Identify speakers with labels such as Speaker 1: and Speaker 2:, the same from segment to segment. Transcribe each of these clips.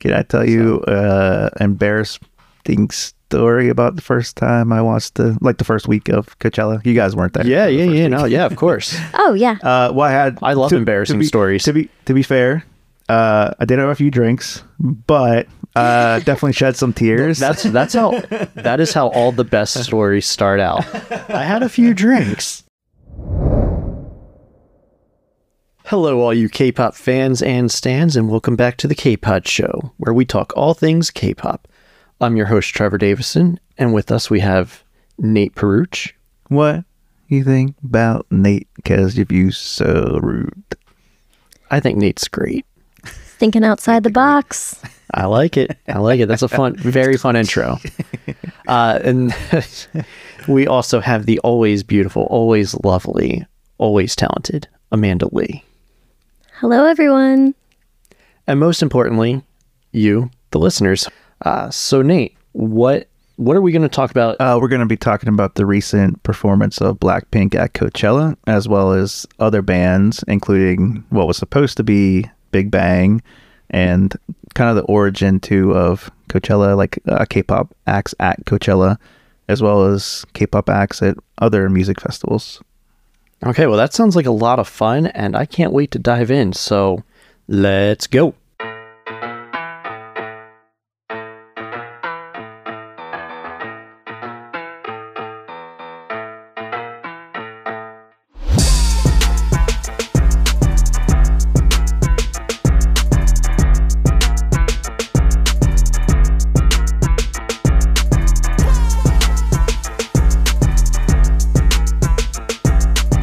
Speaker 1: Can I tell you uh embarrassing story about the first time I watched the like the first week of Coachella? You guys weren't there.
Speaker 2: Yeah, yeah, yeah. No, yeah, of course.
Speaker 3: Oh yeah.
Speaker 1: Uh, well, I had.
Speaker 2: I love embarrassing
Speaker 1: be-
Speaker 2: stories.
Speaker 1: To be to be fair, uh, I did have a few drinks, but uh, definitely shed some tears.
Speaker 2: That's that's how that is how all the best stories start out. I had a few drinks. Hello, all you K-pop fans and stands, and welcome back to the K-Pod Show, where we talk all things K-pop. I'm your host Trevor Davison, and with us we have Nate Peruch.
Speaker 1: what you think about Nate? Cause if you so rude,
Speaker 2: I think Nate's great.
Speaker 3: Thinking outside the box.
Speaker 2: I like it. I like it. That's a fun, very fun intro. Uh, and we also have the always beautiful, always lovely, always talented Amanda Lee.
Speaker 3: Hello everyone.
Speaker 2: And most importantly, you, the listeners. Uh, so Nate, what what are we going to talk about?
Speaker 1: uh, we're going to be talking about the recent performance of Blackpink at Coachella, as well as other bands, including what was supposed to be Big Bang, and kind of the origin too of Coachella, like uh, K-pop acts at Coachella, as well as K-pop acts at other music festivals.
Speaker 2: okay, well that sounds like a lot of fun, and I can't wait to dive in. So let's go.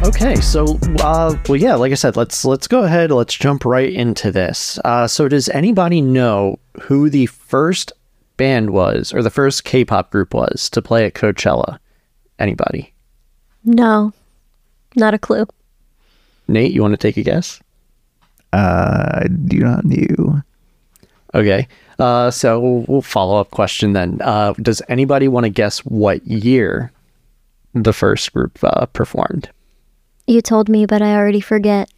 Speaker 2: Okay, so uh, well, yeah, like I said, let's let's go ahead. Let's jump right into this. Uh, so, does anybody know who the first band was, or the first K-pop group was to play at Coachella? Anybody?
Speaker 3: No. Not a clue.
Speaker 2: Nate, you want to take a guess?
Speaker 1: Uh, I do not knew.
Speaker 2: Okay, uh, so we'll- we'll follow up question then. Uh, does anybody want to guess what year the first group uh, performed?
Speaker 3: You told me, but I already forget.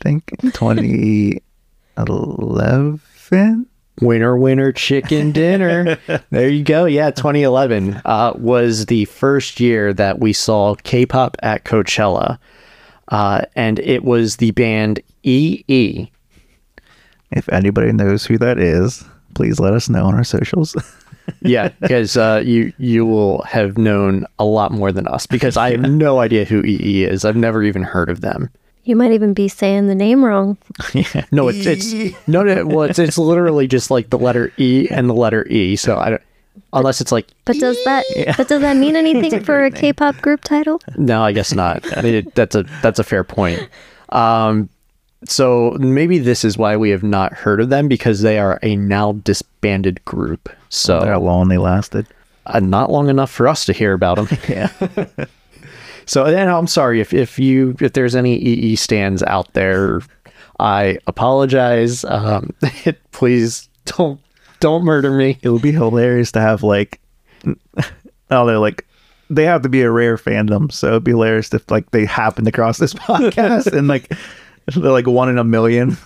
Speaker 1: think 2011.
Speaker 2: Winner, winner, chicken dinner. there you go. Yeah, 2011 uh, was the first year that we saw K pop at Coachella. Uh, and it was the band E EE.
Speaker 1: If anybody knows who that is, please let us know on our socials.
Speaker 2: Yeah, because uh, you, you will have known a lot more than us because I have no idea who EE is. I've never even heard of them.
Speaker 3: You might even be saying the name wrong.
Speaker 2: No, it's, it's no, no well, it's, it's literally just like the letter E and the letter E. So I don't, unless it's like
Speaker 3: But does that but does that mean anything for a K-pop group title?
Speaker 2: No, I guess not. I mean, it- that's a that's a fair point. Um, so maybe this is why we have not heard of them because they are a now disbanded group.
Speaker 1: How
Speaker 2: So
Speaker 1: long they lasted.
Speaker 2: uh, not long enough for us to hear about them. yeah. so and I'm sorry if if you if there's any EE stands out there, I apologize. Um, please don't don't murder me.
Speaker 1: It would be hilarious to have like, I don't know, like they have to be a rare fandom, so it'd be hilarious if like they happened across this podcast and like they're like one in a million.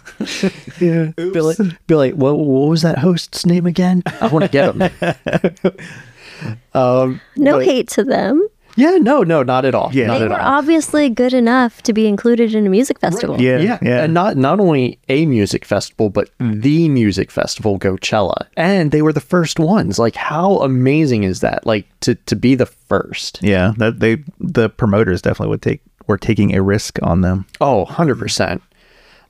Speaker 2: Yeah. Billy, Billy, what, Oh, what was that host's name again? I want to get him.
Speaker 3: No hate to them.
Speaker 2: Yeah, no, no, not at all.
Speaker 1: Yeah.
Speaker 2: not
Speaker 3: They
Speaker 2: at
Speaker 3: were
Speaker 2: all.
Speaker 3: obviously good enough to be included in a music festival.
Speaker 1: Yeah,
Speaker 2: Yeah,
Speaker 1: yeah,
Speaker 2: and not not only a music festival, but the music festival, Coachella, and they were the first ones. Like, how amazing is that? Like to to be the first.
Speaker 1: yeah. That they the promoters definitely would take were taking a risk on them.
Speaker 2: Oh, 100 percent.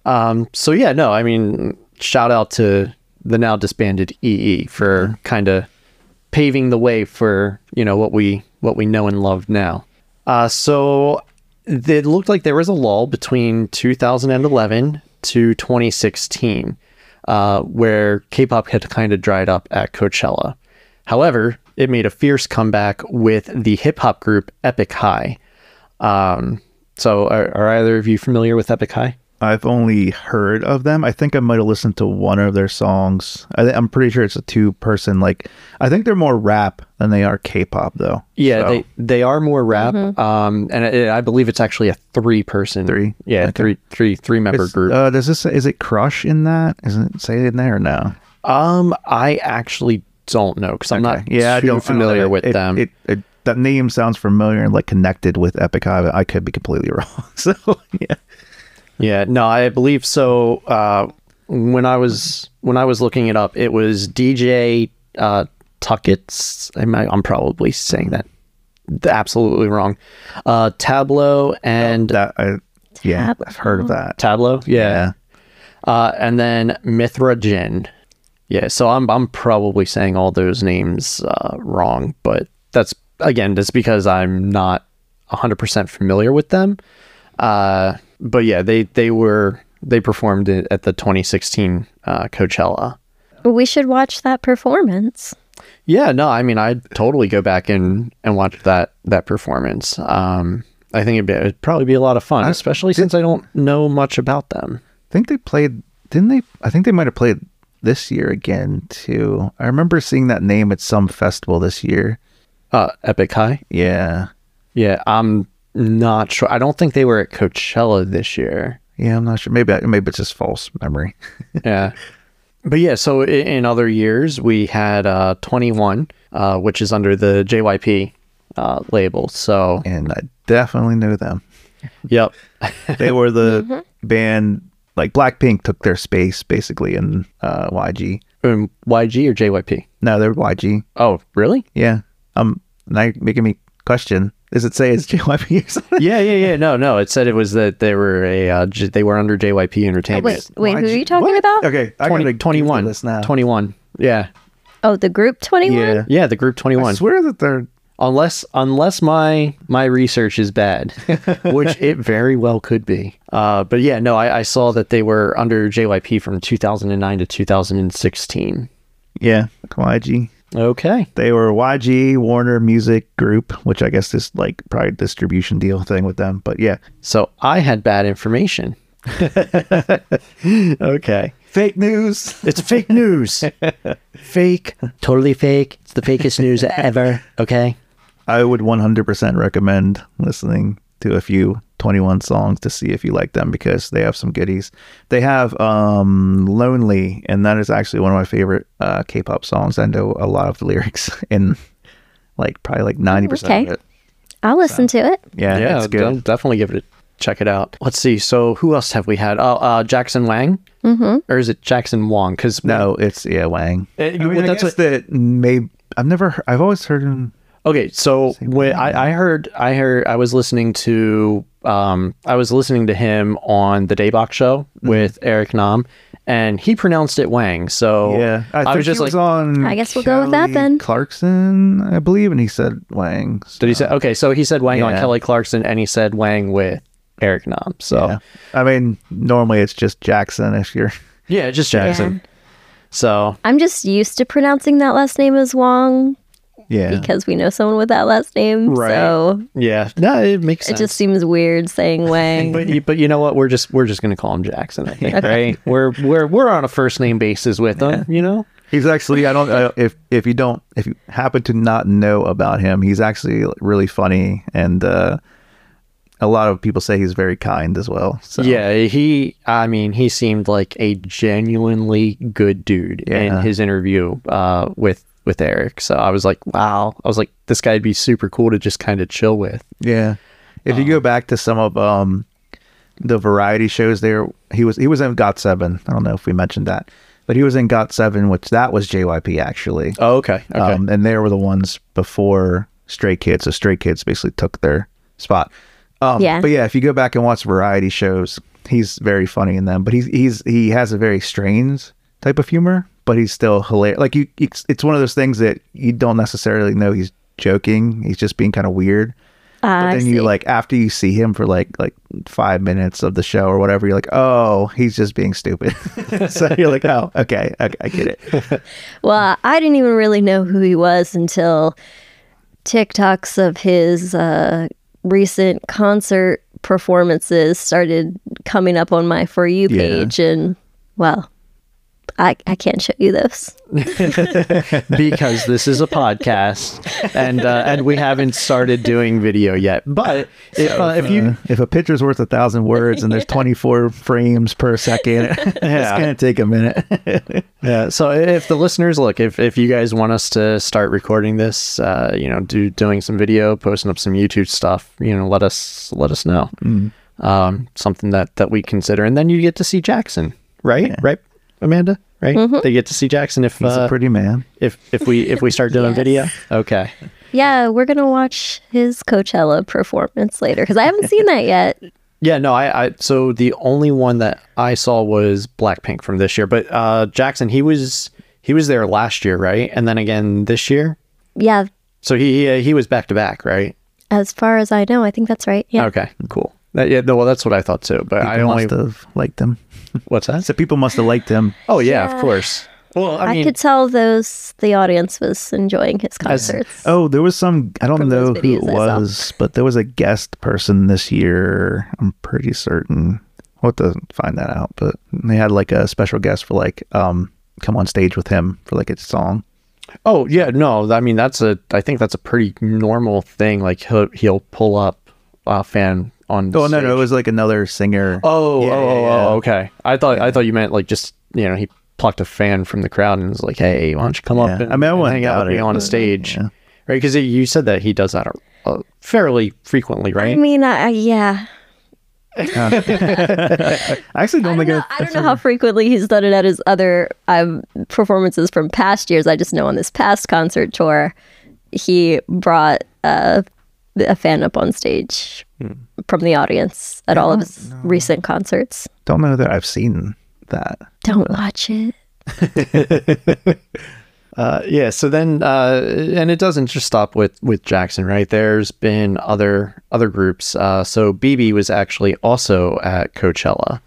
Speaker 2: Um. So yeah, no, I mean, shout out to the now disbanded EE for kind of paving the way for you know what we what we know and love now. Uh. So it looked like there was a lull between 2011 to 2016, uh, where K-pop had kind of dried up at Coachella. However, it made a fierce comeback with the hip hop group Epic High. Um, so, are, are either of you familiar with Epic High?
Speaker 1: I've only heard of them. I think I might have listened to one of their songs. I th- I'm pretty sure it's a two person. Like I think they're more rap than they are K-pop though.
Speaker 2: Yeah,
Speaker 1: So,
Speaker 2: they they are more rap. Um, and it, I believe it's actually a three person,
Speaker 1: Three?
Speaker 2: yeah,
Speaker 1: Okay.
Speaker 2: three three three member
Speaker 1: it's-
Speaker 2: group.
Speaker 1: Uh, does this is it Crush in that? Isn't it say it in there or no?
Speaker 2: um, I actually don't know because I'm not
Speaker 1: uh, Okay. yeah, I
Speaker 2: too
Speaker 1: don't- I don't
Speaker 2: familiar
Speaker 1: know.
Speaker 2: with
Speaker 1: It-
Speaker 2: them.
Speaker 1: It, it, that name sounds familiar and like connected with Epic Hive. I could be completely wrong. So yeah,
Speaker 2: yeah, no, I believe so. Uh, when I was when I was looking it up, it was DJ uh, Tuckett's. I might, I'm probably saying that absolutely wrong. Uh, Tableau and
Speaker 1: Oh, that I, yeah,
Speaker 3: Tab-
Speaker 1: I've heard of that.
Speaker 2: Tableau,
Speaker 1: Yeah.
Speaker 2: uh, and then Mithragen. Yeah, so I'm I'm probably saying all those names uh, wrong, but that's again just because I'm not 100% familiar with them. Uh, but yeah, they they were they performed it at the 2016 uh, Coachella.
Speaker 3: We should watch that performance.
Speaker 2: Yeah, no, I mean I'd totally go back and and watch that that performance. Um, I think it'd, be, it'd probably be a lot of fun, especially since I don't know much about them.
Speaker 1: I think they played. Didn't they? I think they might have played this year again too. I remember seeing that name at some festival this year.
Speaker 2: Uh, Epic High.
Speaker 1: Yeah,
Speaker 2: Yeah, I'm not sure. I don't think they were at Coachella this year.
Speaker 1: yeah. I'm not sure. Maybe I, maybe it's just false memory.
Speaker 2: Yeah. but yeah, so i- in other years, we had uh, 21, uh, which is under the JYP uh, label. So,
Speaker 1: And I definitely knew them.
Speaker 2: yep.
Speaker 1: They were the
Speaker 3: Mm-hmm.
Speaker 1: band. Like Blackpink took their space basically in uh, YG.
Speaker 2: Um, YG or JYP?
Speaker 1: No, they're YG.
Speaker 2: Oh, really?
Speaker 1: Yeah. Um. Now you're making me question. Does it say it's JYP or something?
Speaker 2: yeah, yeah, yeah. No, no. It said it was that they were a uh, j- they were under JYP Entertainment.
Speaker 3: Wait, wait, who are
Speaker 1: YG
Speaker 3: you talking
Speaker 1: What?
Speaker 3: about?
Speaker 1: Okay, Oh, I
Speaker 2: 20
Speaker 1: gotta Google
Speaker 2: 21.
Speaker 1: this now.
Speaker 2: 21. Yeah.
Speaker 3: Oh, the group 21?
Speaker 1: Yeah.
Speaker 2: Yeah, the group 21.
Speaker 1: I swear that they're
Speaker 2: unless unless my my research is bad, which it very well could be. Uh, but yeah, no, I, I saw that they were under JYP from 2009 to 2016.
Speaker 1: yeah YG.
Speaker 2: Okay.
Speaker 1: They were YG Warner Music Group, which I guess is like probably a distribution deal thing with them. But yeah,
Speaker 2: So I had bad information. okay.
Speaker 1: fake news.
Speaker 2: It's fake news. fake. Totally fake. It's the fakest news ever. Okay.
Speaker 1: I would 100% recommend listening to a few 21 songs to see if you like them because they have some goodies. They have um Lonely and that is actually one of my favorite uh K-pop songs. I know a lot of the lyrics and like probably like 90%
Speaker 3: Okay.
Speaker 1: of it.
Speaker 3: I'll listen to it.
Speaker 1: Yeah,
Speaker 2: yeah,
Speaker 1: it's good.
Speaker 2: don't- definitely give it a check it out. Let's see. So who else have we had? Oh, uh, Jackson Wang, mm-hmm. or is it Jackson Wong? Because
Speaker 1: No, it's yeah, Wang.
Speaker 2: Eh, well, that's what-
Speaker 1: that may I've never he- I've always heard him
Speaker 2: Okay, so when I, I heard, I heard, I was listening to, um, I was listening to him on the Daybok show
Speaker 1: Mm-hmm.
Speaker 2: with Eric Nam, and he pronounced it Wang. So
Speaker 1: Yeah,
Speaker 2: I,
Speaker 1: think
Speaker 2: was just
Speaker 1: he
Speaker 2: like,
Speaker 1: on.
Speaker 3: I guess we'll go with that
Speaker 1: Kelly
Speaker 3: then.
Speaker 1: Clarkson, I believe, and he said Wang. so-
Speaker 2: did he say? Okay, so he said Wang on
Speaker 1: Uh, Yeah.
Speaker 2: Kelly Clarkson, and he said Wang with Eric Nam. So
Speaker 1: Yeah.
Speaker 2: yeah,
Speaker 1: I mean, normally it's just Jackson if you're.
Speaker 2: just Jackson. So
Speaker 3: I'm just used to pronouncing that last name as Wong
Speaker 1: Yeah.
Speaker 3: because we know someone with that last name.
Speaker 2: Right.
Speaker 3: So
Speaker 2: yeah, no, it makes
Speaker 3: it
Speaker 2: sense.
Speaker 3: just seems weird saying Wang.
Speaker 2: but you, but you know what? We're just we're just gonna call him Jackson. I think, right? We're we're we're on a first name basis with him. You know.
Speaker 1: He's actually. I don't. I, if if you don't, if you happen to not know about him, he's actually really funny, and uh, a lot of people say he's very kind as well. So
Speaker 2: Yeah, he. I mean, he seemed like a genuinely good dude in
Speaker 1: Yeah.
Speaker 2: his interview uh, with with Eric. So I was like, wow. I was like, this guy'd be super cool to just kind of chill with.
Speaker 1: Yeah. If you go back to some of um the variety shows there, he was he was in Got Seven. I don't know if we mentioned that. But he was in Got Seven, which that was JYP actually.
Speaker 2: Oh, okay. Okay.
Speaker 1: Um and they were the ones before Stray Kids. So Stray Kids basically took their spot. Um
Speaker 3: Yeah.
Speaker 1: but yeah, if you go back and watch variety shows, he's very funny in them. But he's he's he has a very strange type of humor, but he's still hilarious. Like you it's, it's one of those things that you don't necessarily know he's joking. He's just being kind of weird.
Speaker 3: Ah,
Speaker 1: But
Speaker 3: I
Speaker 1: then
Speaker 3: see.
Speaker 1: you like after you see him for like like five minutes of the show or whatever, you're like, oh, he's just being stupid.
Speaker 2: Um,
Speaker 1: so you're like, oh, okay, okay, I get it.
Speaker 3: Well, I didn't even really know who he was until TikToks of his uh, recent concert performances started coming up on my For You
Speaker 1: Yeah.
Speaker 3: page. And, well, I, I can't show you those.
Speaker 2: because this is a podcast and uh, and we haven't started doing video yet. But if, uh, if you
Speaker 1: if a picture's worth a thousand words and there's 24 frames per second, it's
Speaker 2: Yeah.
Speaker 1: gonna take a minute.
Speaker 2: Yeah. So if the listeners look, if if you guys want us to start recording this, uh, you know, do doing some video, posting up some YouTube stuff, you know, let us let us know.
Speaker 1: Mm-hmm.
Speaker 2: Um, something that that we consider, and then you get to see Jackson, right? Right, Amanda, right? They get to see Jackson if
Speaker 1: He's
Speaker 2: uh,
Speaker 1: a pretty man.
Speaker 2: if if we if we start doing
Speaker 3: Yes.
Speaker 2: video. Okay.
Speaker 3: Yeah, we're going to watch his Coachella performance later because I haven't seen that yet.
Speaker 2: Yeah, no, I, I so the only one that I saw was Blackpink from this year, but uh, Jackson he was he was there last year, right? And then again this year.
Speaker 3: Yeah,
Speaker 2: So he he, he was back to back, right?
Speaker 3: as far as I know, I think that's right. Yeah.
Speaker 2: Okay, cool. That, yeah, no, well, that's what I thought too. But I
Speaker 1: People
Speaker 2: only
Speaker 1: must have liked him.
Speaker 2: what's that?
Speaker 1: So people must have liked him.
Speaker 2: Oh yeah,
Speaker 3: Yeah.
Speaker 2: of course. Well, I,
Speaker 3: I,
Speaker 2: mean,
Speaker 3: could tell those the audience was enjoying his concerts.
Speaker 1: Oh, there was some. I don't
Speaker 3: From
Speaker 1: know
Speaker 3: those
Speaker 1: who it
Speaker 3: videos I saw.
Speaker 1: was, but there was a guest person this year. I'm pretty certain. What to find that out, but they had like a special guest for like um come on stage with him for like a song.
Speaker 2: oh yeah, no, I mean that's a. I think that's a pretty normal thing. Like he'll he'll pull up a fan on.
Speaker 1: Oh no,
Speaker 2: stage.
Speaker 1: no, it was like another singer.
Speaker 2: Oh,
Speaker 1: Yeah,
Speaker 2: oh, oh,
Speaker 1: yeah,
Speaker 2: oh, okay. I thought I thought you meant like just you know he plucked a fan from the crowd and was like, hey, why don't you come up
Speaker 1: Yeah.
Speaker 2: and,
Speaker 1: I mean, I
Speaker 2: and
Speaker 1: wouldn't
Speaker 2: hang out with
Speaker 1: doubt
Speaker 2: me
Speaker 1: it,
Speaker 2: on
Speaker 1: but,
Speaker 2: a stage,
Speaker 1: yeah.
Speaker 2: right? Because you said that he does that uh, uh, fairly frequently,
Speaker 3: I
Speaker 2: right?
Speaker 3: mean, I, I- yeah.
Speaker 1: I actually
Speaker 3: I
Speaker 1: don't
Speaker 3: don't,
Speaker 1: think
Speaker 3: know, I don't know how frequently he's done it at his other um, performances from past years. I just know on this past concert tour, he brought uh, a fan up on stage from the audience at all of his recent concerts.
Speaker 1: don't know that I've seen that.
Speaker 3: Don't watch it.
Speaker 2: Uh, yeah. So then, uh, and it doesn't just stop with with Jackson, right? There's been other other groups. Uh, so BB was actually also at Coachella,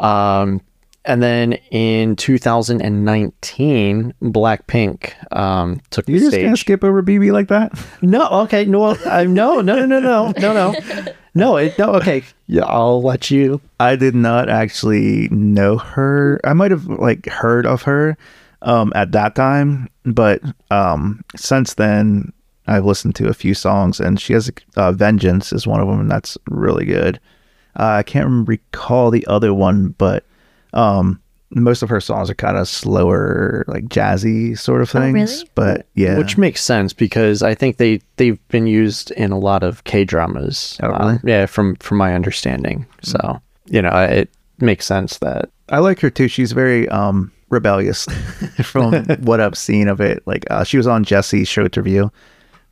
Speaker 2: um, and then in 2019, Blackpink um, took
Speaker 1: You
Speaker 2: the
Speaker 1: just gonna
Speaker 2: stage.
Speaker 1: skip over BB like that?
Speaker 2: No, okay, no, well, I, no, no, no, no, no, no, no, no, it, no. Okay, yeah, I'll let you.
Speaker 1: I did not actually know her. I might have like heard of her um, at that time, but um, since then I've listened to a few songs, and she has uh, "Vengeance" is one of them, and that's really good. Uh, I can't recall the other one, but um, most of her songs are kind of slower, like jazzy sort of
Speaker 3: really?
Speaker 1: things. But yeah,
Speaker 2: Which makes sense because I think they they've been used in a lot of K dramas.
Speaker 1: Oh, really?
Speaker 2: yeah, from from my understanding. So you know, I- it makes sense that
Speaker 1: I like her too. She's very um rebellious from what I've seen of it. Like uh, she was on Jesse's show interview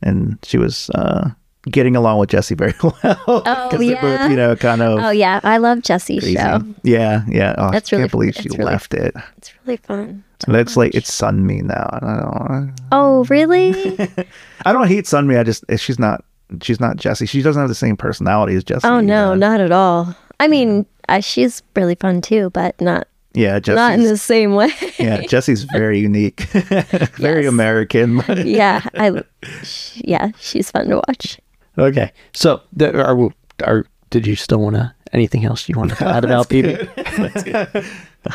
Speaker 1: and she was uh getting along with Jesse very well. Oh,
Speaker 3: yeah.
Speaker 1: both, you know, kind of
Speaker 3: Oh yeah, I love Jesse's
Speaker 1: crazy.
Speaker 3: show.
Speaker 1: Yeah, yeah. Oh,
Speaker 3: That's
Speaker 1: I can't
Speaker 3: really-
Speaker 1: believe she
Speaker 3: that's really- Oh
Speaker 1: left it.
Speaker 3: It's really fun.
Speaker 1: That's like it's Sunmi now. I don't
Speaker 3: Oh really?
Speaker 1: I don't hate Sunmi. I just eh, she's not she's not Jesse. She doesn't have the same personality as Jesse.
Speaker 3: Oh no,
Speaker 1: uh,
Speaker 3: not at all. I mean, uh, she's really fun too, but not
Speaker 1: Yeah, Jesse's
Speaker 3: not in the same way.
Speaker 1: yeah, Jesse's very unique, very
Speaker 3: Yes.
Speaker 1: American.
Speaker 3: yeah, I. Sh- yeah, she's fun to watch.
Speaker 2: okay. So th- are, we- are did you still want to anything else you want to add about BB?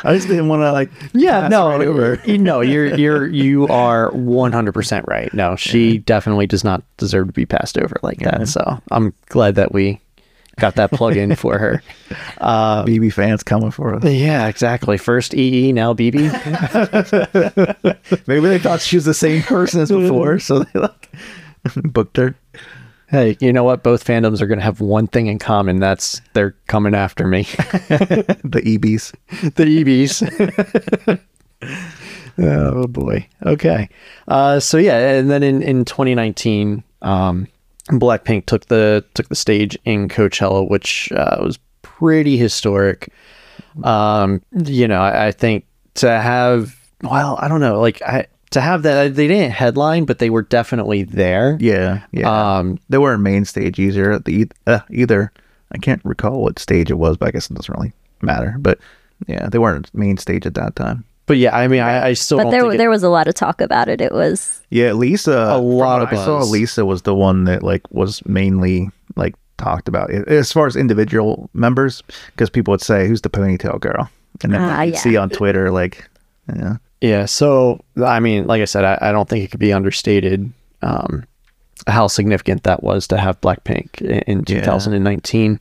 Speaker 1: I just didn't want to like
Speaker 2: Yeah, no,
Speaker 1: right over.
Speaker 2: you- no, you're you're you are one hundred percent right. No, she definitely does not deserve to be passed over like that. So I'm glad that we got that plug in for her.
Speaker 1: BB fans coming for us.
Speaker 2: Yeah, exactly. First EE, now BB.
Speaker 1: Maybe they thought she was the same person as before, so they like booked her.
Speaker 2: Hey, you know what? Both fandoms are going to have one thing in common. That's they're coming after me,
Speaker 1: The EBs.
Speaker 2: the E EBs. oh boy. Okay. Uh, so yeah, and then in in 2019, um, Blackpink took the took the stage in Coachella, which uh, was pretty historic. Um, you know, I, I think to have well, I don't know, like I to have that they didn't headline, but they were definitely there.
Speaker 1: Yeah, yeah.
Speaker 2: Um,
Speaker 1: they weren't main stage either. The uh, either I can't recall what stage it was, but I guess it doesn't really matter. But yeah, they weren't main stage at that time.
Speaker 2: but yeah, I mean, I, I still
Speaker 3: But
Speaker 2: don't
Speaker 3: there,
Speaker 2: think it-
Speaker 3: there was a lot of talk about it. It was
Speaker 1: Yeah, Lisa.
Speaker 2: A
Speaker 1: from
Speaker 2: lot
Speaker 1: what
Speaker 2: of
Speaker 1: I saw
Speaker 2: buzz.
Speaker 1: Lisa was the one that like was mainly like talked about it, as far as individual members, because people would say, "Who's the ponytail girl?" And then
Speaker 3: Ah,
Speaker 1: you'd
Speaker 3: yeah.
Speaker 1: see on Twitter like, yeah,
Speaker 2: Yeah. So, I mean, like I said, I, I don't think it could be understated um, how significant that was to have Blackpink in, in
Speaker 1: Yeah.
Speaker 2: 2019.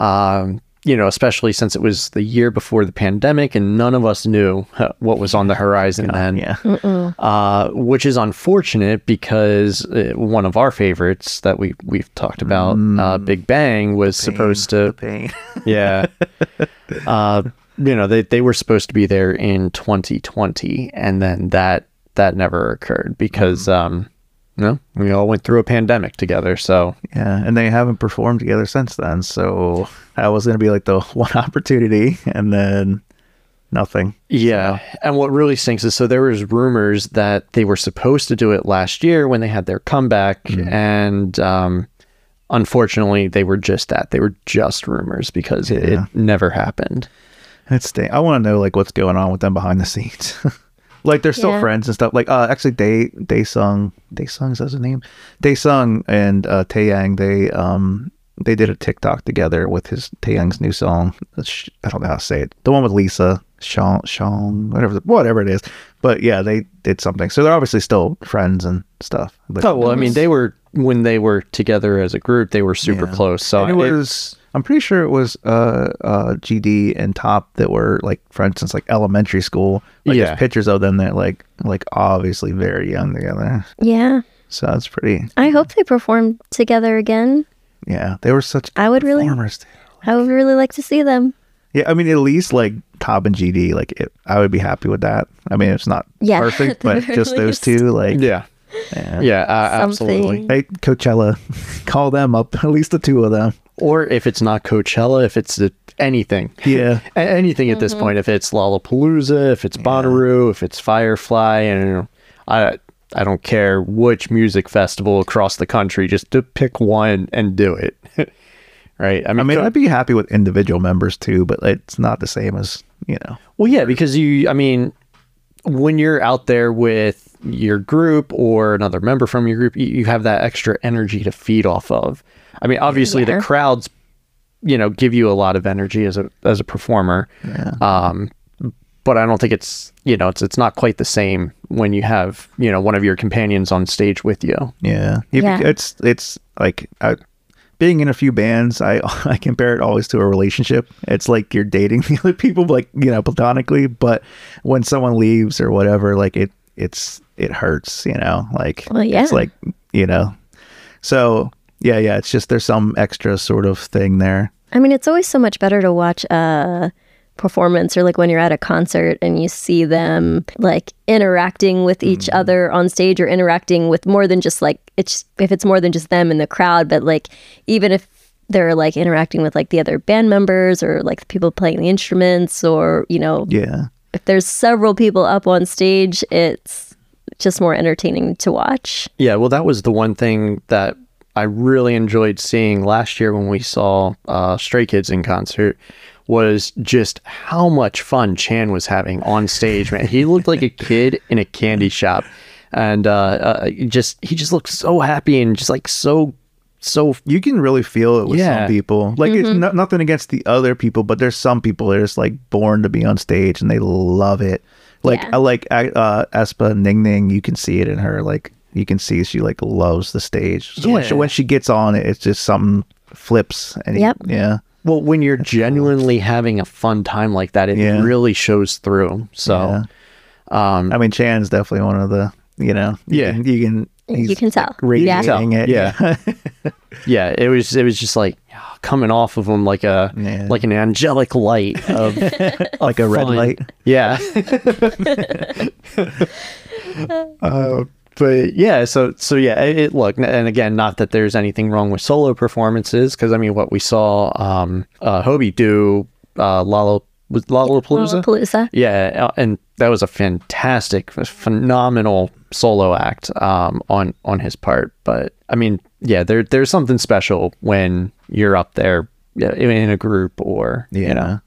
Speaker 2: Um, you know, especially since it was the year before the pandemic and none of us knew uh, what was on the horizon then.
Speaker 1: yeah,
Speaker 2: Uh, which is unfortunate because uh, one of our favorites that we we've talked about, uh, Big Bang, was supposed to
Speaker 1: pain.
Speaker 2: yeah. uh, you know, they, they were supposed to be there in 2020, and then that that never occurred because um, no, we all went through a pandemic together. So
Speaker 1: yeah, and they haven't performed together since then. So that was gonna be like the one opportunity, and then nothing.
Speaker 2: yeah, and what really stinks is so there was rumors that they were supposed to do it last year when they had their comeback, and um, unfortunately, they were just that. They were just rumors because it,
Speaker 1: Yeah.
Speaker 2: it never happened.
Speaker 1: That's the, I want to know like what's going on with them behind the scenes. like they're still
Speaker 3: Yeah.
Speaker 1: friends and stuff. Like uh, actually, Day Day Sung Day Sung's his name. Day Sung and uh, Taeyang they um they did a TikTok together with his Taeyang's new song. Sh- I don't know how to say it. The one with Lisa Sean Sean whatever the- whatever it is. But yeah, they did something. So they're obviously still friends and stuff. Like,
Speaker 2: Oh well, I mean, they were when they were together as a group, they were super
Speaker 1: Yeah.
Speaker 2: close. So
Speaker 1: And it
Speaker 2: it-
Speaker 1: was. I'm pretty sure it was uh, uh, GD and Top that were like, for instance, like elementary school. Like
Speaker 2: Yeah.
Speaker 1: there's pictures of them that like, like obviously very young together.
Speaker 3: Yeah.
Speaker 1: So that's pretty.
Speaker 3: I hope they perform together again.
Speaker 1: Yeah, they were such.
Speaker 3: I would really-
Speaker 1: performers, dude.
Speaker 3: I would really like to see them.
Speaker 1: Yeah, I mean, at least like Top and GD, like it, I would be happy with that. I mean, it's not
Speaker 3: Yeah,
Speaker 1: perfect,
Speaker 3: at
Speaker 1: but
Speaker 3: the
Speaker 1: just
Speaker 3: very
Speaker 1: those two, like
Speaker 2: Yeah.
Speaker 1: Yeah.
Speaker 2: Yeah, uh, absolutely.
Speaker 3: Something.
Speaker 1: Hey, Coachella, call them up. At least the two of them.
Speaker 2: Or if it's not Coachella, if it's uh, anything.
Speaker 1: Yeah.
Speaker 2: A- anything at this point, if it's Lollapalooza, if it's Bonnaroo, if it's Firefly, and I I don't care which music festival across the country, just to pick one and do it. right?
Speaker 1: I mean,
Speaker 2: Co-
Speaker 1: I'd be happy with individual members too, but it's not the same as you know.
Speaker 2: Well, yeah, because you, I mean, when you're out there with your group or another member from your group, you, you have that extra energy to feed off of. I mean, obviously
Speaker 3: Yeah.
Speaker 2: the crowds, you know, give you a lot of energy as a as a performer. Um, but I don't think it's you know it's it's not quite the same when you have you know one of your companions on stage with you.
Speaker 1: Yeah. You-
Speaker 3: Yeah.
Speaker 1: It's it's like I, being in a few bands. I I compare it always to a relationship. It's like you're dating the other people, like you know, platonically. But when someone leaves or whatever, like it it's it hurts. You know, like
Speaker 3: Well, yeah.
Speaker 1: it's like you know. So yeah, yeah. It's just there's some extra sort of thing there.
Speaker 3: I mean, it's always so much better to watch a performance or like when you're at a concert and you see them like interacting with each
Speaker 1: Mm-hmm.
Speaker 3: other on stage or interacting with more than just like it's if it's more than just them in the crowd, but like even if they're like interacting with like the other band members or like the people playing the instruments or you know
Speaker 1: Yeah.
Speaker 3: if there's several people up on stage, it's just more entertaining to watch.
Speaker 2: Yeah, well, that was the one thing that I really enjoyed seeing last year when we saw uh, Stray Kids in concert was just how much fun Chan was having on stage. Man, he looked like a kid in a candy shop, and uh, uh, just he just looked so happy and just like so so
Speaker 1: You can really feel it with
Speaker 2: Yeah.
Speaker 1: some people. Like it's
Speaker 3: Mm-hmm.
Speaker 1: no, nothing against the other people, but there's some people that are just like born to be on stage and they love it. Like
Speaker 3: Yeah.
Speaker 1: I like I- uh, Espa Ning Ning. You can see it in her. Like you can see she like loves the stage. So when, she,
Speaker 2: Yeah.
Speaker 1: when she gets on it, it's just something flips. And
Speaker 3: Yep.
Speaker 1: yeah.
Speaker 2: Well, when you're genuinely having a fun time like that, it
Speaker 1: Yeah.
Speaker 2: really shows through. So
Speaker 1: I mean, Chan's definitely one of the you know. you
Speaker 2: Um, Yeah.
Speaker 1: can- you can. he's
Speaker 3: you can tell.
Speaker 1: radiating
Speaker 3: Yeah.
Speaker 1: it.
Speaker 2: Yeah. yeah, it was it was just like coming off of him like a
Speaker 1: Yeah.
Speaker 2: like an angelic light of
Speaker 1: like a red
Speaker 2: fun.
Speaker 1: light.
Speaker 2: yeah. Uh, but yeah, so so yeah, it, it- look, and again, not that there's anything wrong with solo performances, because I mean, what we saw um, uh, Hobie do uh, Lalo was Lollapalooza,
Speaker 3: Lollapalooza.
Speaker 2: yeah, uh, and that was a fantastic, phenomenal solo act um, on on his part. But I mean, yeah, there there's something special when you're up there yeah, in in a group or
Speaker 1: Yeah.
Speaker 2: you know,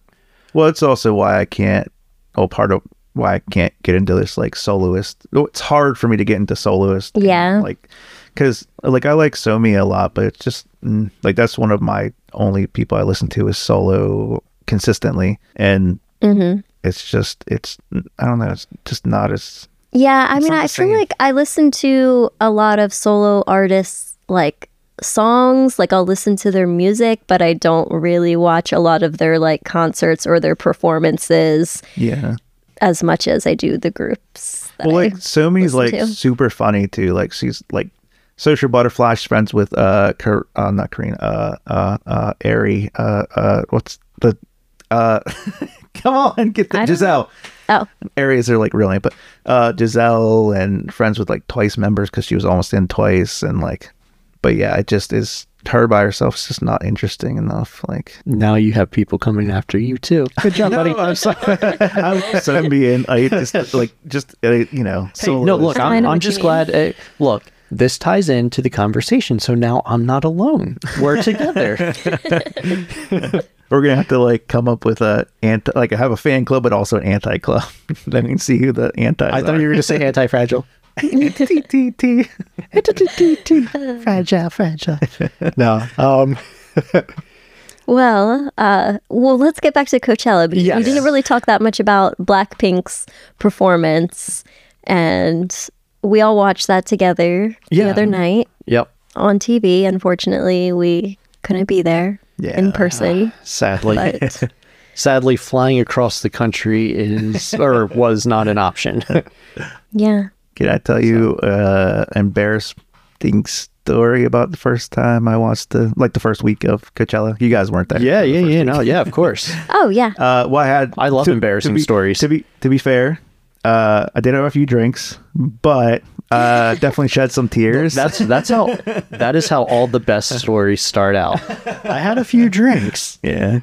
Speaker 1: Well, it's also why I can't. Oh, part of why I can't get into this like soloist. oh, It's hard for me to get into soloist. and,
Speaker 3: Yeah.
Speaker 1: like because like I like Somi a lot, but it's just mm, like that's one of my only people I listen to is solo consistently, and
Speaker 2: Mm-hmm.
Speaker 1: it's just it's I don't know, it's just not as
Speaker 3: Yeah, I mean,
Speaker 1: not
Speaker 3: I
Speaker 1: the
Speaker 3: feel
Speaker 1: same.
Speaker 3: like I listen to a lot of solo artists like songs, like I'll listen to their music, but I don't really watch a lot of their like concerts or their performances
Speaker 1: yeah.
Speaker 3: as much as I do the groups. that
Speaker 1: Well,
Speaker 3: I-
Speaker 1: like Somi's
Speaker 3: listen
Speaker 1: like
Speaker 3: to.
Speaker 1: super funny too. Like she's like social butterfly. She's friends with uh, Kar- uh not Karina, uh, uh, uh, Ari. Uh, uh, what's the uh? come on, get
Speaker 3: I
Speaker 1: the
Speaker 3: don't
Speaker 1: Giselle.
Speaker 3: oh,
Speaker 1: Aries are like real name, but uh, Giselle and friends with like Twice members because she was almost in Twice and like, but yeah, it just is her by herself is just not interesting enough. Like,
Speaker 2: Now you have people coming after you too. Good job, buddy.
Speaker 1: I'm sorry, I love Somi and I just like just uh, you know.
Speaker 2: Hey, no, look,
Speaker 1: soloist.
Speaker 3: I
Speaker 2: I'm,
Speaker 3: know
Speaker 2: I'm
Speaker 3: what you
Speaker 2: just
Speaker 3: mean.
Speaker 2: glad. Uh, look, this ties into the conversation, so now I'm not alone. We're together.
Speaker 1: We're gonna have to like come up with a anti like have a fan club but also an anti club. then we can see who the anti.
Speaker 2: I thought you were going to say anti-fragile.
Speaker 1: TTT.
Speaker 2: fragile, fragile. No. Um,
Speaker 3: well, uh, well, let's get back to Coachella because we
Speaker 2: Yes.
Speaker 3: didn't really talk that much about Blackpink's performance, and we all watched that together
Speaker 2: Yeah.
Speaker 3: the other night.
Speaker 2: yep.
Speaker 3: on TV. Unfortunately, we couldn't be there
Speaker 1: Yeah.
Speaker 3: in person,
Speaker 2: Sadly,
Speaker 3: but
Speaker 2: sadly, flying across the country is or was not an option.
Speaker 3: yeah.
Speaker 1: Can I tell you uh embarrassing story about the first time I watched the like the first week of Coachella? You guys weren't there.
Speaker 2: yeah, yeah, yeah. No, yeah, of course.
Speaker 3: Oh yeah.
Speaker 1: Uh, well, I had.
Speaker 2: I love embarrassing
Speaker 1: to be-
Speaker 2: stories.
Speaker 1: To be to be fair, uh, I did have a few drinks, but uh, definitely shed some tears.
Speaker 2: That's that's how that is how all the best stories start out. I had a few drinks.
Speaker 1: Yeah.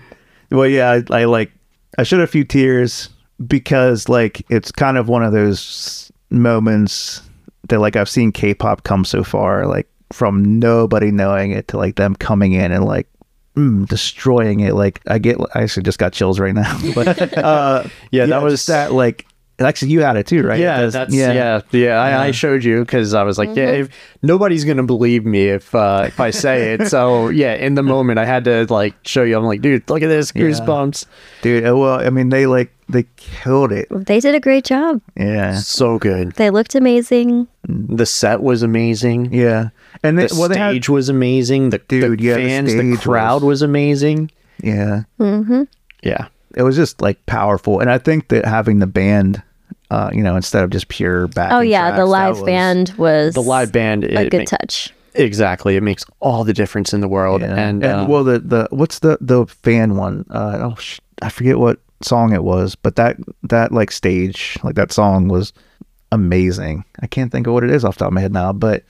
Speaker 1: Well, yeah, I, I like I shed a few tears because like it's kind of one of those moments that like I've seen K-pop come so far, like from nobody knowing it to like them coming in and like mm, destroying it. Like I get, I actually just got chills right now. But uh,
Speaker 2: Yeah, that
Speaker 1: just
Speaker 2: was-
Speaker 1: that. Like actually, you had it too, right?
Speaker 2: Yeah,
Speaker 1: Because-
Speaker 2: that's yeah, yeah. I, I showed you because I was like,
Speaker 1: Mm-hmm.
Speaker 2: yeah, if, nobody's gonna believe me if uh, if I say it. So yeah, in the moment, I had to like show you. I'm like, dude, look at this goosebumps.
Speaker 1: dude. uh, Well, I mean, they like they killed it.
Speaker 3: they did a great job.
Speaker 1: Yeah,
Speaker 2: So good.
Speaker 3: They looked amazing.
Speaker 2: The set was amazing.
Speaker 1: yeah. And they,
Speaker 2: The
Speaker 1: well, they had-
Speaker 2: stage was amazing. The, the
Speaker 1: Dude, yeah, the
Speaker 2: fans, the,
Speaker 1: stage
Speaker 2: crowd was... amazing.
Speaker 1: yeah.
Speaker 2: Yeah,
Speaker 1: it was just like powerful and i think that having the band uh you know instead of just pure back
Speaker 3: Oh yeah, the live band was
Speaker 2: the live band. It,
Speaker 3: a good
Speaker 2: ma-
Speaker 3: touch.
Speaker 2: Exactly, it makes all the difference in the world.
Speaker 1: and,
Speaker 2: And, uh,
Speaker 1: well the the what's the the fan one uh oh sh- i forget what song it was but that that like stage like that song was amazing i can't think of what it is off the top of my head now but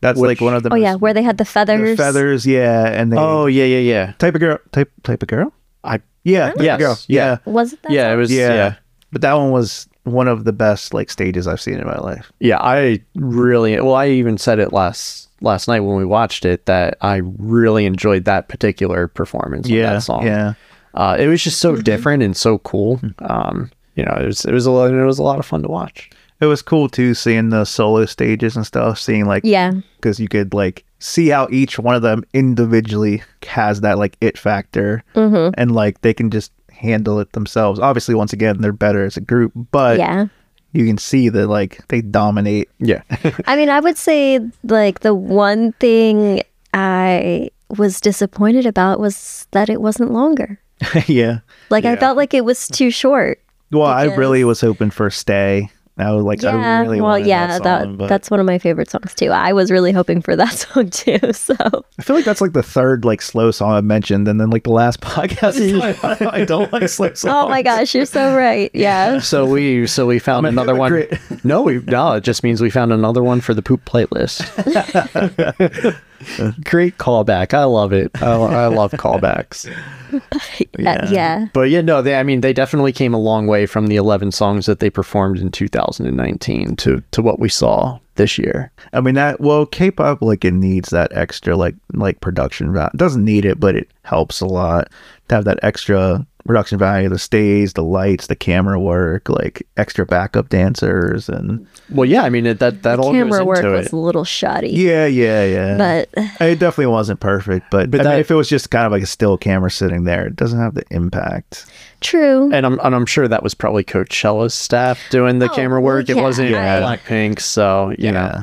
Speaker 1: that's like one of the
Speaker 3: Oh yeah,
Speaker 1: most-
Speaker 3: where they had the
Speaker 1: the
Speaker 3: feathers.
Speaker 1: feathers yeah and they
Speaker 2: oh yeah, yeah, yeah.
Speaker 1: type of girl type type of girl
Speaker 2: I
Speaker 1: yeah type of
Speaker 2: Yes,
Speaker 1: girl,
Speaker 2: yeah.
Speaker 1: yeah
Speaker 3: Was it that?
Speaker 2: yeah, it
Speaker 3: song?
Speaker 2: was
Speaker 1: yeah
Speaker 2: yeah.
Speaker 1: but that one was one of the best like stages i've seen in my life
Speaker 2: Yeah, I really well. I even said it last last night when we watched it that I really enjoyed that particular performance. Yeah, that song.
Speaker 1: yeah Hmm.
Speaker 2: uh, it was just so
Speaker 3: Mm-hmm.
Speaker 2: different and so cool. Um, you know, it was it was a lot, it was a lot of fun to watch.
Speaker 1: It was cool too seeing the solo stages and stuff, seeing like
Speaker 3: Yeah.
Speaker 1: because you could like see how each one of them individually has that like it factor,
Speaker 3: Mm-hmm.
Speaker 1: and like they can just handle it themselves. Obviously, once again, they're better as a group, but
Speaker 3: yeah.
Speaker 1: you can see that like they dominate.
Speaker 2: Yeah,
Speaker 3: I mean, I would say like the one thing I was disappointed about was that it wasn't longer.
Speaker 1: yeah.
Speaker 3: Like I felt like it was too short.
Speaker 1: Well, I
Speaker 3: Because-
Speaker 1: really was hoping for stay. I was like, I really
Speaker 3: well,
Speaker 1: wanted
Speaker 3: yeah,
Speaker 1: that,
Speaker 3: that,
Speaker 1: song, but-
Speaker 3: that's one of my favorite songs too. I was really hoping for that song too. So
Speaker 1: I feel like that's like the third like slow song I mentioned, and then like the last podcast, I, I don't like slow songs.
Speaker 3: oh my gosh, you're so right. Yeah,
Speaker 2: so we so we found
Speaker 1: a
Speaker 2: another one.
Speaker 1: hypocrite.
Speaker 2: No, we no. It just means we found another one for the poop playlist. Great callback. I love it. I, I love callbacks.
Speaker 3: yeah. Uh, yeah.
Speaker 2: But yeah, no, they. I mean, they definitely came a long way from the 11 songs that they performed in 2019 to to what we saw this year.
Speaker 1: I mean that well, K-pop like it needs that extra like like production value. Doesn't need it, but it helps a lot to have that extra production value, the stage, the lights, the camera work, like extra backup dancers, and
Speaker 2: Well, yeah, I mean it, that that all
Speaker 3: Camera
Speaker 2: goes
Speaker 3: work
Speaker 2: into
Speaker 3: was
Speaker 2: it.
Speaker 3: a little shoddy.
Speaker 1: yeah, yeah, yeah.
Speaker 3: But uh,
Speaker 1: it definitely wasn't perfect, but,
Speaker 2: But
Speaker 1: I mean,
Speaker 2: that-
Speaker 1: if it was just kind of like a still camera sitting there, it doesn't have the impact.
Speaker 3: true.
Speaker 2: and I'm and I'm sure that was probably Coachella's staff doing the
Speaker 3: Oh,
Speaker 2: camera work. It
Speaker 3: yeah,
Speaker 2: wasn't
Speaker 3: Yeah.
Speaker 2: Blackpink, so you know.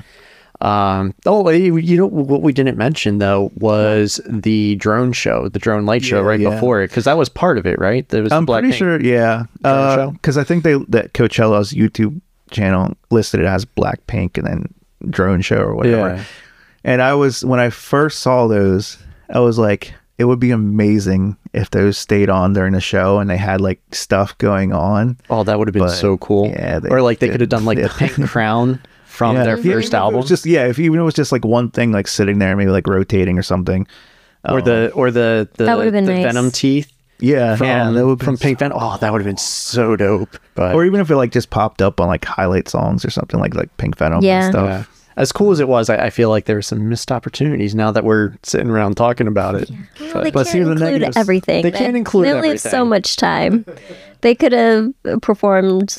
Speaker 2: Um, oh, you you know what we didn't mention though was the drone show, the drone light show
Speaker 1: Yeah,
Speaker 2: right
Speaker 1: yeah.
Speaker 2: before it, because that was part of it, right? There was
Speaker 1: I'm
Speaker 2: Blackpink.
Speaker 1: pretty sure, yeah,
Speaker 2: show?
Speaker 1: because I think they that Coachella's YouTube channel listed it as Blackpink and then Drone Show or whatever.
Speaker 2: Yeah.
Speaker 1: And I was when I first saw those, I was like, it would be amazing if those stayed on during the show and they had like stuff going on.
Speaker 2: Oh, that would have been
Speaker 1: But,
Speaker 2: so cool.
Speaker 1: yeah, they
Speaker 2: or like they
Speaker 1: did-
Speaker 2: could have done like
Speaker 1: yeah.
Speaker 2: the Pink Crown from
Speaker 1: Yeah.
Speaker 2: their
Speaker 1: Yeah, even
Speaker 2: first
Speaker 1: if it was
Speaker 2: album,
Speaker 1: Just yeah, if even if it was just like one thing like sitting there, maybe like rotating or something.
Speaker 2: or the or the the,
Speaker 3: That would have been
Speaker 2: the
Speaker 3: nice.
Speaker 2: Venom teeth
Speaker 1: Yeah,
Speaker 2: from
Speaker 1: yeah, that would be
Speaker 2: from Pink Venom. Oh, that would have been so dope. But
Speaker 1: or even if it like just popped up on like highlight songs or something like like Pink Venom
Speaker 3: Yeah.
Speaker 1: and stuff.
Speaker 2: Yeah. uh, As cool as it was, I, I feel like there were some missed opportunities now that we're sitting around talking about it.
Speaker 3: Well, they
Speaker 2: But
Speaker 3: can't
Speaker 2: see the
Speaker 3: include
Speaker 2: negatives.
Speaker 3: everything.
Speaker 2: They can't include
Speaker 3: They only have so
Speaker 2: everything.
Speaker 3: much time. they could have performed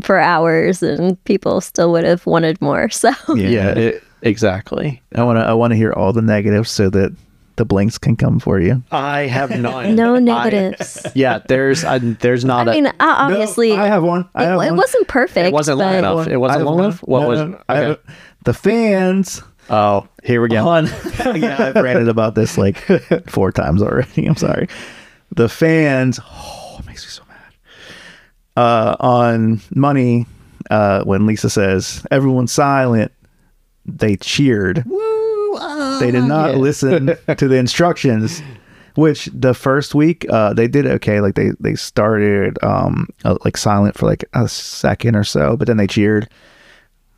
Speaker 3: for hours, and people still would have wanted more. So
Speaker 2: Yeah, it, exactly.
Speaker 1: I want to I want to hear all the negatives so that the blinks can come for you.
Speaker 2: I have none.
Speaker 3: no
Speaker 2: I-
Speaker 3: negatives.
Speaker 2: yeah, there's I, there's not
Speaker 3: I
Speaker 2: a.
Speaker 3: mean, I- obviously,
Speaker 1: I have one. I
Speaker 3: it,
Speaker 1: have
Speaker 3: it
Speaker 1: one.
Speaker 3: wasn't perfect.
Speaker 2: it wasn't long
Speaker 3: but-
Speaker 2: enough. It wasn't long enough. What was? okay.
Speaker 1: the fans
Speaker 2: Oh, here we go.
Speaker 1: on? yeah, I've ranted about this like four times already. I'm sorry. The fans. Oh, it makes me so mad. Uh, on money, uh, when Lisa says everyone's silent, they cheered. they did not listen to the instructions which the first week uh they did okay like they they started um uh, like silent for like a second or so but then they cheered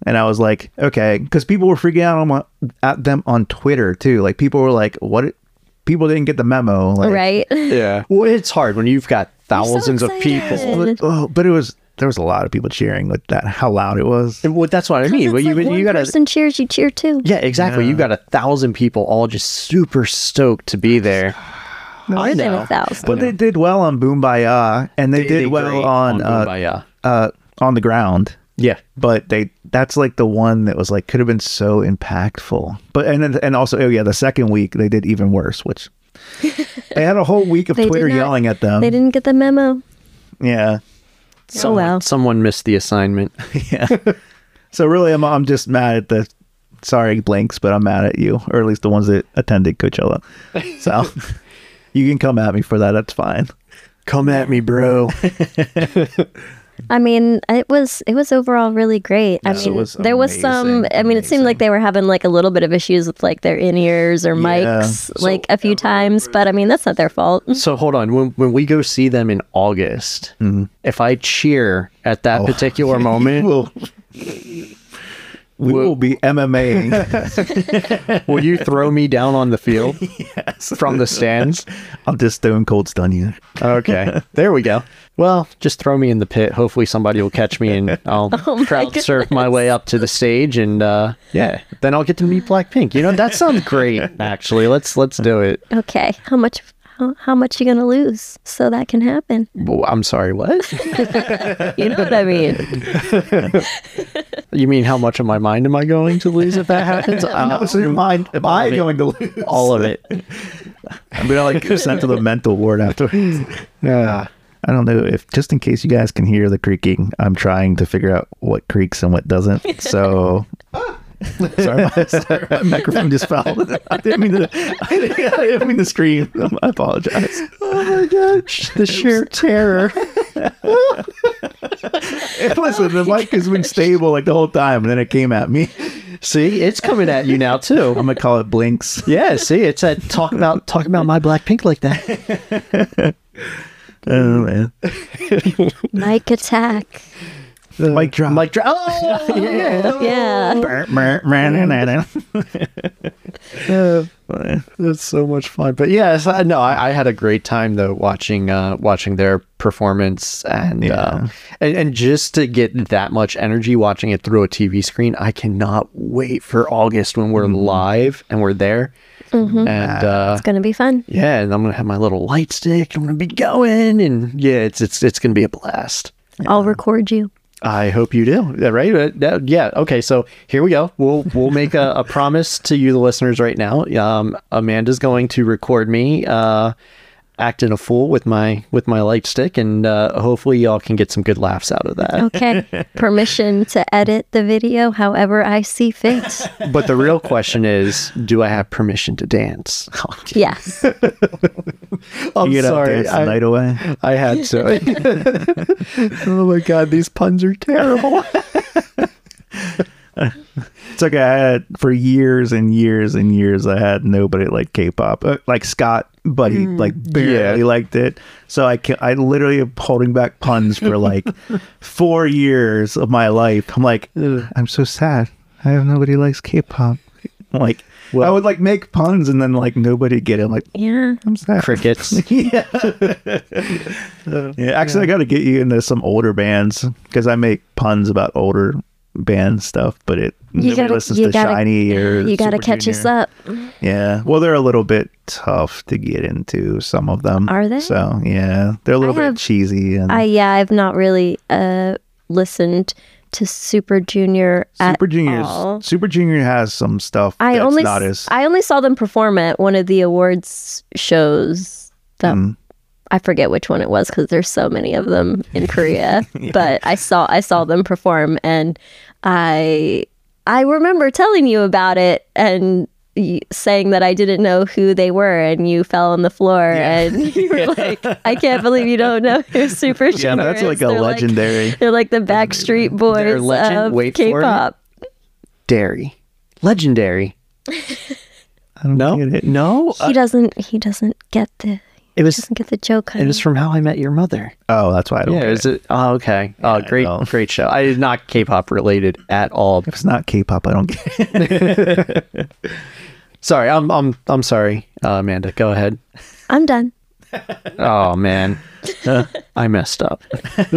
Speaker 1: and i was like okay because people were freaking out on my, at them on twitter too like people were like what people didn't get the memo like
Speaker 3: right.
Speaker 2: Yeah. Well, it's hard when you've got
Speaker 3: so
Speaker 2: thousands of people.
Speaker 3: excited.
Speaker 1: but, oh, but it was there was a lot of people cheering with that how loud it was
Speaker 2: Well, that's what I mean. Well,
Speaker 3: It's
Speaker 2: you
Speaker 3: Oh, like one
Speaker 2: you gotta.
Speaker 3: person cheers, you cheer too.
Speaker 2: Yeah, exactly. You got a thousand people all just super stoked to be there. I
Speaker 3: Even a
Speaker 2: know.
Speaker 3: thousand.
Speaker 1: but they did well on Boombaya, and they,
Speaker 2: They
Speaker 1: did
Speaker 2: did
Speaker 1: well
Speaker 2: great
Speaker 1: on,
Speaker 2: on
Speaker 1: uh,
Speaker 2: Boombaya.
Speaker 1: uh, on the ground.
Speaker 2: Yeah.
Speaker 1: but they that's like the one that was like could have been so impactful but and then and also oh yeah the second week they did even worse which they had a whole week of
Speaker 3: They did
Speaker 1: twitter
Speaker 3: not-
Speaker 1: yelling at them
Speaker 2: um,
Speaker 3: They didn't get the memo.
Speaker 1: yeah
Speaker 3: oh
Speaker 2: Someone,
Speaker 3: well.
Speaker 2: someone missed the assignment.
Speaker 1: so really i'm, I'm just mad at the sorry blanks but i'm mad at you or at least the ones that attended coachella so you can come at me for that that's fine
Speaker 2: Come at me, bro.
Speaker 3: I mean, it was it was overall really great. I
Speaker 1: Yes, it
Speaker 3: mean,
Speaker 1: was
Speaker 3: there was some.
Speaker 1: amazing,
Speaker 3: I mean, it seemed like
Speaker 1: amazing.
Speaker 3: they were having like a little bit of issues with like their in ears or mics, like a few times. But I mean, that's not their fault.
Speaker 2: So hold on. When when we go see them in August, if I cheer at that particular moment, will,
Speaker 1: we
Speaker 2: Well-
Speaker 1: will be mmaing
Speaker 2: you throw me down on the field from the stands?
Speaker 1: i'll just stone cold stun you
Speaker 2: Okay, there we go. Well, just throw me in the pit. Hopefully, somebody will catch me and I'll crowd surf my way up to the stage, and uh, yeah, then I'll get to meet Blackpink. You know, that sounds great. Actually, let's let's do it.
Speaker 3: Okay, how much how, how much you gonna lose so that can happen?
Speaker 2: Well, I'm sorry. What?
Speaker 3: You know what I mean?
Speaker 2: You mean how much of my mind am I going to lose if that happens? Uh,
Speaker 1: what's in your mind am i going to lose
Speaker 2: all of it.
Speaker 1: i'm gonna like send to the mental ward afterwards
Speaker 2: Yeah.
Speaker 1: I don't know if just in case you guys can hear the creaking, I'm trying to figure out what creaks and what doesn't. So sorry, my, sorry, my microphone just fell. I didn't mean to. I didn't, I didn't mean to scream. I apologize.
Speaker 2: the sheer terror.
Speaker 1: Listen, the mic has been stable like the whole time, and then it came at me.
Speaker 2: See, it's coming at you now too.
Speaker 1: I'm gonna call it blinks.
Speaker 2: Yeah, see, it's that talk about talk about my black pink like that.
Speaker 1: Oh man,
Speaker 3: Mic attack.
Speaker 1: mic drop.
Speaker 2: Mike, Dra- oh yeah,
Speaker 3: Yeah.
Speaker 1: But funny.
Speaker 2: That's so much fun. But yes, I, no, I, I had a great time though watching uh, watching their performance and, uh, and and just to get that much energy watching it through a TV screen. I cannot wait for August when we're live and we're there. And uh,
Speaker 3: It's gonna be fun.
Speaker 2: yeah, and I'm gonna have my little light stick. I'm gonna be going, and yeah, it's it's it's gonna be a blast.
Speaker 3: I'll record you.
Speaker 2: I hope you do. Yeah, Right? Uh, that- Yeah. Okay. So here we go. We'll we'll make a, a promise to you, the listeners, right now. Um, Amanda's going to record me uh, acting a fool with my with my light stick, and uh, hopefully y'all can get some good laughs out of that.
Speaker 3: Okay. Permission to edit the video however I see fit.
Speaker 2: But the real question is, do I have permission to dance?
Speaker 3: Yes.
Speaker 2: I'm
Speaker 1: You get up,
Speaker 2: sorry.
Speaker 1: dance the
Speaker 2: I,
Speaker 1: night away.
Speaker 2: I had to. oh my god, these puns are terrible.
Speaker 1: It's like I had for years and years and years. I had nobody like K-pop, uh, like Scott, but he like barely
Speaker 2: yeah.
Speaker 1: liked it. So I can, I literally am holding back puns for like four years of my life. I'm like, I'm so sad. I have nobody likes K-pop. I'm like, I
Speaker 2: Well-
Speaker 1: would like make puns and then like nobody would get it. I'm like,
Speaker 3: yeah.
Speaker 1: I'm sad.
Speaker 2: Crickets.
Speaker 1: yeah. yeah. Actually, I got to get you into some older bands because I make puns about older band stuff, but it
Speaker 3: You
Speaker 1: nobody
Speaker 3: gotta-
Speaker 1: listens
Speaker 3: you
Speaker 1: to
Speaker 3: gotta-
Speaker 1: Shiny or
Speaker 3: You gotta
Speaker 1: Super
Speaker 3: catch us
Speaker 1: Junior.
Speaker 3: up.
Speaker 1: Yeah. Well, they're a little bit tough to get into. Some of them
Speaker 3: Are they?
Speaker 1: So yeah, they're a little
Speaker 3: I
Speaker 1: bit
Speaker 3: have-
Speaker 1: cheesy and
Speaker 3: I yeah, I've not really uh listened to Super Junior at
Speaker 1: Super Junior's
Speaker 3: all.
Speaker 1: Super Junior has some stuff.
Speaker 3: I
Speaker 1: that's
Speaker 3: only
Speaker 1: not
Speaker 3: s-
Speaker 1: as
Speaker 3: I only saw them perform at one of the awards shows that
Speaker 1: Mm.
Speaker 3: I forget which one it was because there's so many of them in Korea. But I saw I saw them perform and I I remember telling you about it and y- saying that I didn't know who they were and you fell on the floor and you were like I can't believe you don't know who Super Junior
Speaker 1: yeah. That's
Speaker 3: is."
Speaker 1: like a
Speaker 3: They're
Speaker 1: legendary.
Speaker 3: They're like the Backstreet Boys
Speaker 2: legend-
Speaker 3: of
Speaker 2: wait for it.
Speaker 3: K-pop.
Speaker 2: Dairy. Legendary.
Speaker 1: I don't
Speaker 2: No,
Speaker 1: get it.
Speaker 2: no.
Speaker 1: Uh,
Speaker 2: Uh,
Speaker 3: He doesn't. He doesn't get the.
Speaker 2: It was
Speaker 3: Doesn't get the joke.
Speaker 2: it
Speaker 3: Honey.
Speaker 2: was from How I Met Your Mother.
Speaker 1: Oh, that's why I don't.
Speaker 2: Yeah,
Speaker 1: get
Speaker 2: is
Speaker 1: it.
Speaker 2: it? Oh, okay. Oh, great,
Speaker 1: know.
Speaker 2: great show. I is not K-pop related at all.
Speaker 1: If it's not K-pop, I don't get it.
Speaker 2: Sorry, I'm I'm I'm sorry, uh, Amanda. Go ahead.
Speaker 3: I'm done.
Speaker 2: Oh man, I messed up.
Speaker 1: and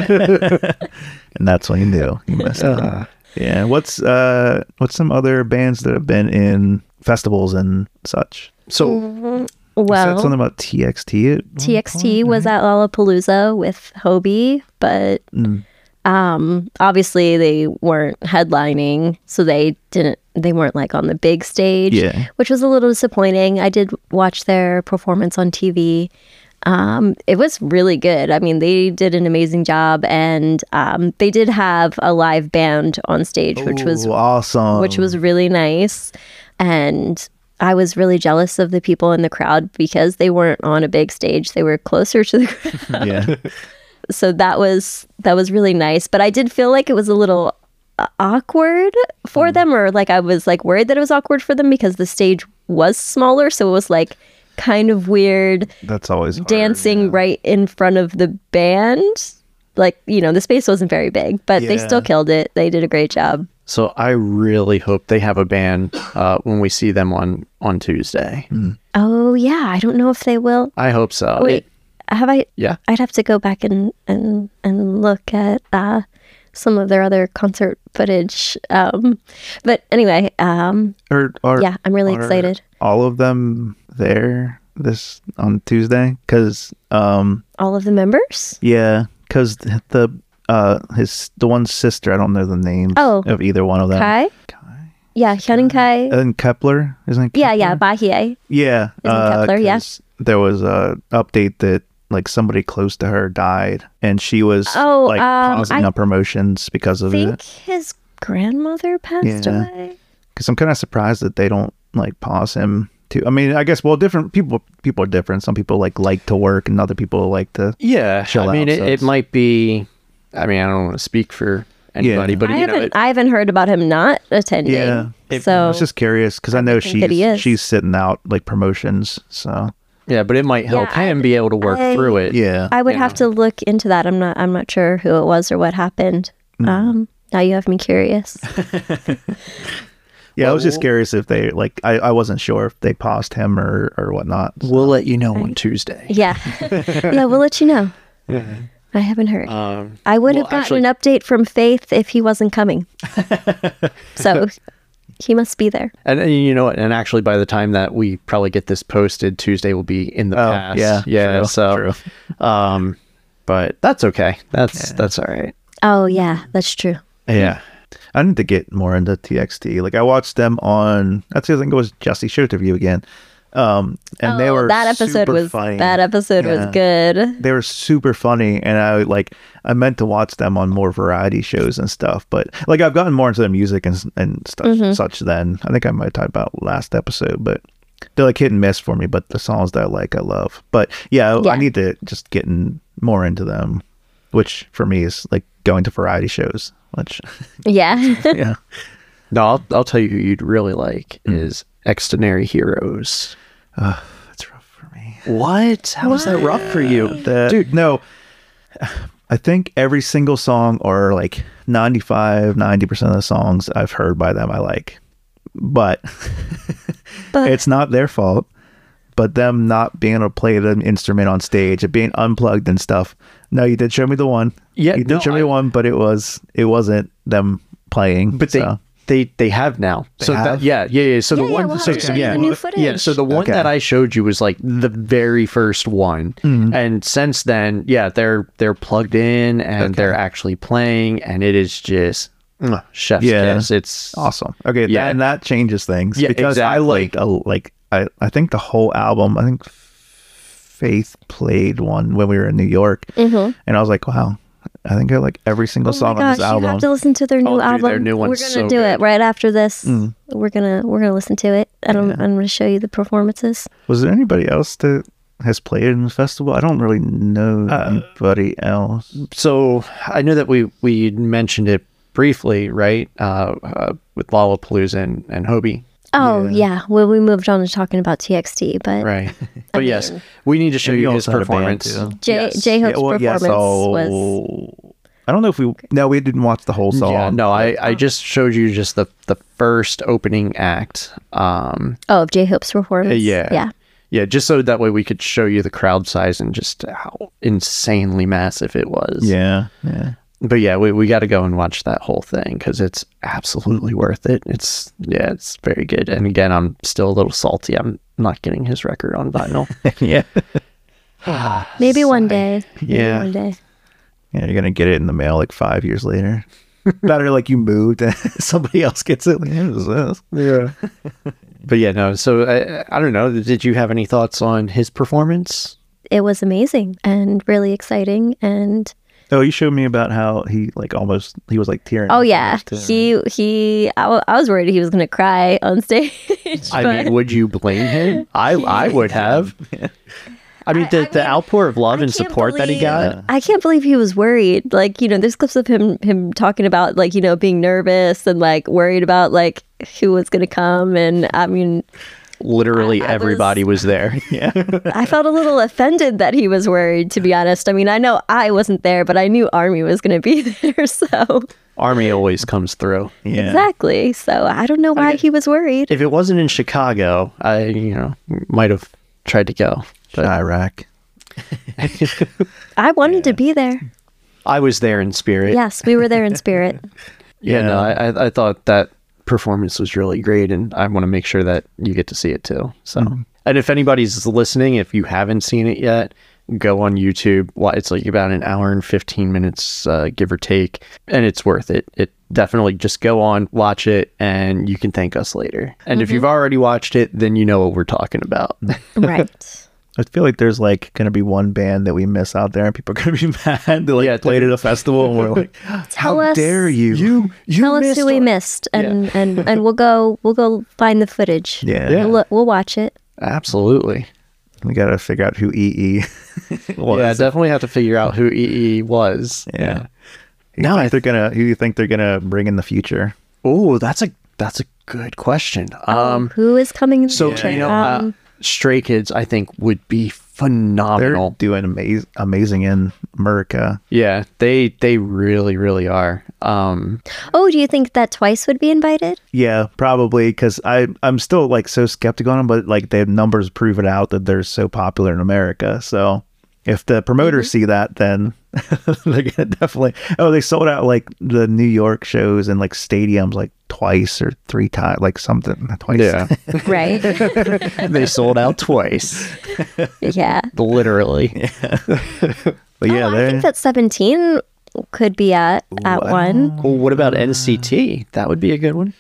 Speaker 1: that's when you knew you messed up. Yeah. What's uh what's some other bands that have been in festivals and such?
Speaker 2: So
Speaker 1: You said
Speaker 3: Well,
Speaker 1: something about TXT. at one
Speaker 3: TXT
Speaker 1: point,
Speaker 3: was
Speaker 1: right?
Speaker 3: at Lollapalooza with Hobie, but
Speaker 1: Mm.
Speaker 3: um, obviously they weren't headlining, so they didn't. They weren't like on the big stage,
Speaker 1: Yeah.
Speaker 3: which was a little disappointing. I did watch their performance on TV. Um, it was really good. I mean, they did an amazing job, and um, they did have a live band on stage, which was
Speaker 1: Ooh, awesome.
Speaker 3: which was really nice. And I was really jealous of the people in the crowd because they weren't on a big stage. They were closer to the crowd.
Speaker 1: yeah.
Speaker 3: So that was that was really nice, but I did feel like it was a little uh, awkward for
Speaker 1: Mm.
Speaker 3: them or like I was like worried that it was awkward for them because the stage was smaller, so it was like kind of weird
Speaker 1: That's always hard.
Speaker 3: dancing right in front of the band. Like, you know, the space wasn't very big, but they
Speaker 1: Yeah.
Speaker 3: still killed it. They did a great job.
Speaker 2: so I really hope they have a band uh, when we see them on on Tuesday.
Speaker 1: Mm-hmm.
Speaker 3: Oh yeah, I don't know if they will.
Speaker 2: I hope so.
Speaker 3: Oh, Wait,
Speaker 2: It-
Speaker 3: have I?
Speaker 2: yeah.
Speaker 3: I'd have to go back and and and look at uh, some of their other concert footage. Um, but anyway, um,
Speaker 1: Or, or
Speaker 3: yeah, I'm really
Speaker 1: are
Speaker 3: excited.
Speaker 1: All of them there this on Tuesday because um
Speaker 3: All of the members.
Speaker 1: yeah because the uh his the one's sister I don't know the names
Speaker 3: Oh.
Speaker 1: of either one of them
Speaker 3: Kai. Yeah, Hyun and Kai.
Speaker 1: and Kepler isn't
Speaker 3: yeah, yeah, Bahie.
Speaker 1: Yeah. uh,
Speaker 3: Isn't Kepler, yeah.
Speaker 1: 'cause There was a update that like somebody close to her died and she was
Speaker 3: Oh,
Speaker 1: like
Speaker 3: um,
Speaker 1: pausing
Speaker 3: I
Speaker 1: on promotions because of
Speaker 3: Think
Speaker 1: it.
Speaker 3: his grandmother passed
Speaker 1: Yeah.
Speaker 3: away.
Speaker 1: Because I'm kind of surprised that they don't like pause him too. I mean, I guess well, different people people are different. Some people like like to work and other people like to.
Speaker 2: Yeah.
Speaker 1: Chill
Speaker 2: I mean,
Speaker 1: out,
Speaker 2: it,
Speaker 1: so
Speaker 2: it
Speaker 1: it's-
Speaker 2: might be. I mean, I don't want to speak for anybody,
Speaker 1: Yeah.
Speaker 2: but
Speaker 3: I
Speaker 2: you know,
Speaker 3: haven't.
Speaker 2: it,
Speaker 3: I haven't heard about him not attending.
Speaker 1: Yeah. It- I
Speaker 3: so
Speaker 1: was just curious because I know
Speaker 3: think that he
Speaker 1: she's
Speaker 3: is.
Speaker 1: she's sitting out like promotions. So
Speaker 2: yeah, but it might help
Speaker 3: Yeah,
Speaker 2: him be able to work
Speaker 3: I-
Speaker 2: through it.
Speaker 1: yeah,
Speaker 3: I would
Speaker 2: you
Speaker 3: have to look into that. I'm not. I'm not sure who
Speaker 1: Hmm.
Speaker 3: it was or what happened. Um, now you have me curious.
Speaker 1: Yeah, I was just curious if they like. I, I wasn't sure if they paused him or or whatnot.
Speaker 2: We'll let you know on Tuesday.
Speaker 3: Yeah. yeah, we'll let you know. I haven't heard.
Speaker 2: Um,
Speaker 3: I would
Speaker 2: well,
Speaker 3: have gotten
Speaker 2: actually-
Speaker 3: an update from Faith if he wasn't coming. so he must be there.
Speaker 2: And, and you know what? And actually, by the time that we probably get this posted, Tuesday will be in the
Speaker 1: Oh,
Speaker 2: past.
Speaker 1: yeah,
Speaker 2: yeah.
Speaker 1: true,
Speaker 2: so, um, but that's okay. That's that's all right.
Speaker 3: Oh, yeah, that's true.
Speaker 1: Yeah. I need to get more into TXT. Like I watched them on I think it was Jesse Show interview again. Um and they
Speaker 3: Oh,
Speaker 1: were
Speaker 3: that episode
Speaker 1: super
Speaker 3: was
Speaker 1: funny.
Speaker 3: that episode
Speaker 1: Yeah.
Speaker 3: was good.
Speaker 1: They were super funny and I like I meant to watch them on more variety shows and stuff, but like I've gotten more into the music and and stuff
Speaker 3: Mm-hmm.
Speaker 1: such then. I think I might talk about last episode, but they're like hit and miss for me, but the songs that I like I love. But yeah,
Speaker 3: Yeah.
Speaker 1: I need to just getting more into them, which for me is like going to variety shows, which
Speaker 3: Yeah.
Speaker 1: yeah.
Speaker 2: No, I'll, I'll tell you who you'd really like
Speaker 1: Hmm.
Speaker 2: is Extraordinary Heroes.
Speaker 1: That's rough for me.
Speaker 2: What? How is that rough for you?
Speaker 1: The, Dude, no. I think every single song or like 95, 90% of the songs I've heard by them I like. But
Speaker 3: but
Speaker 1: it's not their fault. But them not being able to play the instrument on stage, it being unplugged and stuff. No, you did show me the one.
Speaker 2: Yeah,
Speaker 1: you did
Speaker 2: no,
Speaker 1: show
Speaker 2: I-
Speaker 1: me one, but it was it wasn't them playing.
Speaker 2: But they
Speaker 1: so.
Speaker 2: they they have now. so That,
Speaker 1: have?
Speaker 2: yeah, yeah, yeah. So
Speaker 3: yeah,
Speaker 2: the one
Speaker 3: yeah, we'll have
Speaker 2: so,
Speaker 3: to show
Speaker 1: yeah.
Speaker 3: you the new
Speaker 1: Yeah,
Speaker 3: footage.
Speaker 2: yeah, so the one
Speaker 1: Okay.
Speaker 2: that I showed you was like the very first one.
Speaker 1: Mm-hmm.
Speaker 2: And since then, yeah, they're they're plugged in and they're actually playing and it is just mm, chef's
Speaker 1: Yeah.
Speaker 2: kiss. It's
Speaker 1: Awesome. Okay,
Speaker 2: Yeah.
Speaker 1: yeah. and that changes things.
Speaker 2: Yeah,
Speaker 1: because I
Speaker 2: exactly.
Speaker 1: liked a, like I, I think the whole album. I think Faith played one when we were in New York, and I was like, wow, I think I like every single
Speaker 3: Mm-hmm. Oh
Speaker 1: song
Speaker 3: my
Speaker 1: on
Speaker 3: gosh,
Speaker 1: this
Speaker 3: you
Speaker 1: album.
Speaker 3: have to listen to their new
Speaker 2: Oh, dude, their
Speaker 3: album.
Speaker 2: new
Speaker 3: we're
Speaker 2: one's
Speaker 3: gonna
Speaker 2: so
Speaker 3: do it
Speaker 2: good. Mm.
Speaker 3: right after this. We're gonna we're gonna listen to it. I don't, I'm gonna show you the performances.
Speaker 1: Was there anybody else that has played in the festival? I don't really know
Speaker 2: Uh,
Speaker 1: anybody else.
Speaker 2: so I know that we we mentioned it briefly, right? Uh, uh with Lollapalooza and, and Hobie.
Speaker 3: Oh yeah. Well, we moved on to talking about TXT, but
Speaker 2: Right. but yes, we need to show
Speaker 1: And
Speaker 2: you
Speaker 1: you
Speaker 2: his
Speaker 1: also had a band,
Speaker 2: performance.
Speaker 1: too.
Speaker 3: J
Speaker 2: Yes.
Speaker 3: J Hope's
Speaker 1: Yeah, well, yeah,
Speaker 3: performance was
Speaker 1: so- I don't know if we no we didn't watch the whole song.
Speaker 2: Yeah, no, I, I just showed you just the, the first opening act. Um,
Speaker 3: oh of J Hope's performance.
Speaker 2: Uh, yeah.
Speaker 3: yeah.
Speaker 2: Yeah, just so that way we could show you the crowd size and just how insanely massive it was.
Speaker 1: Yeah, yeah.
Speaker 2: But yeah, we, we got to go and watch that whole thing because it's absolutely worth it. It's, yeah, it's very good. And again, I'm still a little salty. I'm not getting his record on vinyl.
Speaker 1: yeah.
Speaker 3: Maybe one day. Maybe
Speaker 2: Yeah.
Speaker 3: one day.
Speaker 1: Yeah, you're gonna get it in the mail like five years later. Better like you moved and somebody else gets it. Like, what is this?
Speaker 2: yeah. but yeah, no. So I, I don't know. Did you have any thoughts on his performance?
Speaker 3: It was amazing and really exciting and
Speaker 1: Oh, you showed me about how he like almost he was like tearing.
Speaker 3: oh
Speaker 1: up
Speaker 3: yeah
Speaker 1: almost, too, right?
Speaker 3: he he I, wa- I was worried he was gonna cry on stage
Speaker 2: I
Speaker 3: but-
Speaker 2: mean, would you blame him? I I would have. I mean, the, the outpour of love
Speaker 3: I
Speaker 2: and
Speaker 3: can't
Speaker 2: support that he got.
Speaker 3: believe- I can't believe he was worried. Like, you know, there's clips of him him talking about like, you know, being nervous and like worried about like who was gonna come and I mean
Speaker 2: Literally
Speaker 3: I- I was-
Speaker 2: everybody was, there.
Speaker 3: I felt a little offended that he was worried, to be honest. I mean, I know I wasn't there, but I knew Army was gonna be there, so
Speaker 2: Army always comes through.
Speaker 1: yeah.
Speaker 3: exactly. So I don't know why he was worried.
Speaker 2: If it wasn't in Chicago, I you know might have tried to go. But
Speaker 1: Iraq.
Speaker 3: I wanted to be there.
Speaker 2: I was there in spirit.
Speaker 3: Yes, we were there in spirit.
Speaker 2: yeah. No, I I- I thought that performance was really great, and I want to make sure that you get to see it too. So, and if anybody's listening, if you haven't seen it yet, go on YouTube. Why it's like about an hour and fifteen minutes, uh, give or take, and it's worth it. It definitely just go on, watch it, and you can thank us later. And if you've already watched it, then you know what we're talking about.
Speaker 3: Right.
Speaker 1: I feel like there's like gonna be one band that we miss out there, and people are gonna be mad. They like
Speaker 2: Yeah,
Speaker 1: played at a festival, and we're like, "How
Speaker 3: Tell us-
Speaker 1: dare you? You you
Speaker 3: Tell us who we missed, and, and, and we'll go we'll go find the footage.
Speaker 1: Yeah.
Speaker 2: Yeah.
Speaker 3: we'll, look- we'll watch it.
Speaker 2: Absolutely.
Speaker 1: We gotta figure out who EE. was.
Speaker 2: yeah, definitely have to figure out who EE was.
Speaker 1: yeah. Who
Speaker 2: No,
Speaker 1: no,
Speaker 2: I
Speaker 1: they're gonna. Who you think they're gonna bring in the future?
Speaker 2: Oh, that's a that's a good question. Um
Speaker 3: Who is coming? in the
Speaker 2: So
Speaker 3: future?
Speaker 2: you know, uh,
Speaker 3: Oh. Um,
Speaker 2: Stray Kids, I think would be
Speaker 1: They're
Speaker 2: phenomenal.
Speaker 1: doing amaz- amazing in America.
Speaker 2: yeah, they they really really are. Um,
Speaker 1: uh,
Speaker 3: Oh, do you think that Twice would be invited?
Speaker 1: Yeah, probably because I I'm still like so skeptical on them, but like the numbers prove it out that they're so popular in America. So if the promoters
Speaker 3: Mm-hmm.
Speaker 1: see that, then they're gonna definitely. Oh, they sold out like the New York shows and like stadiums like twice or three times, like something twice.
Speaker 2: yeah,
Speaker 3: Right?
Speaker 2: they sold out twice,
Speaker 3: yeah.
Speaker 2: literally.
Speaker 1: but yeah,
Speaker 3: oh, I
Speaker 1: they're
Speaker 3: think that 17 could be at, at one.
Speaker 2: Well, what about NCT? That would be a good one.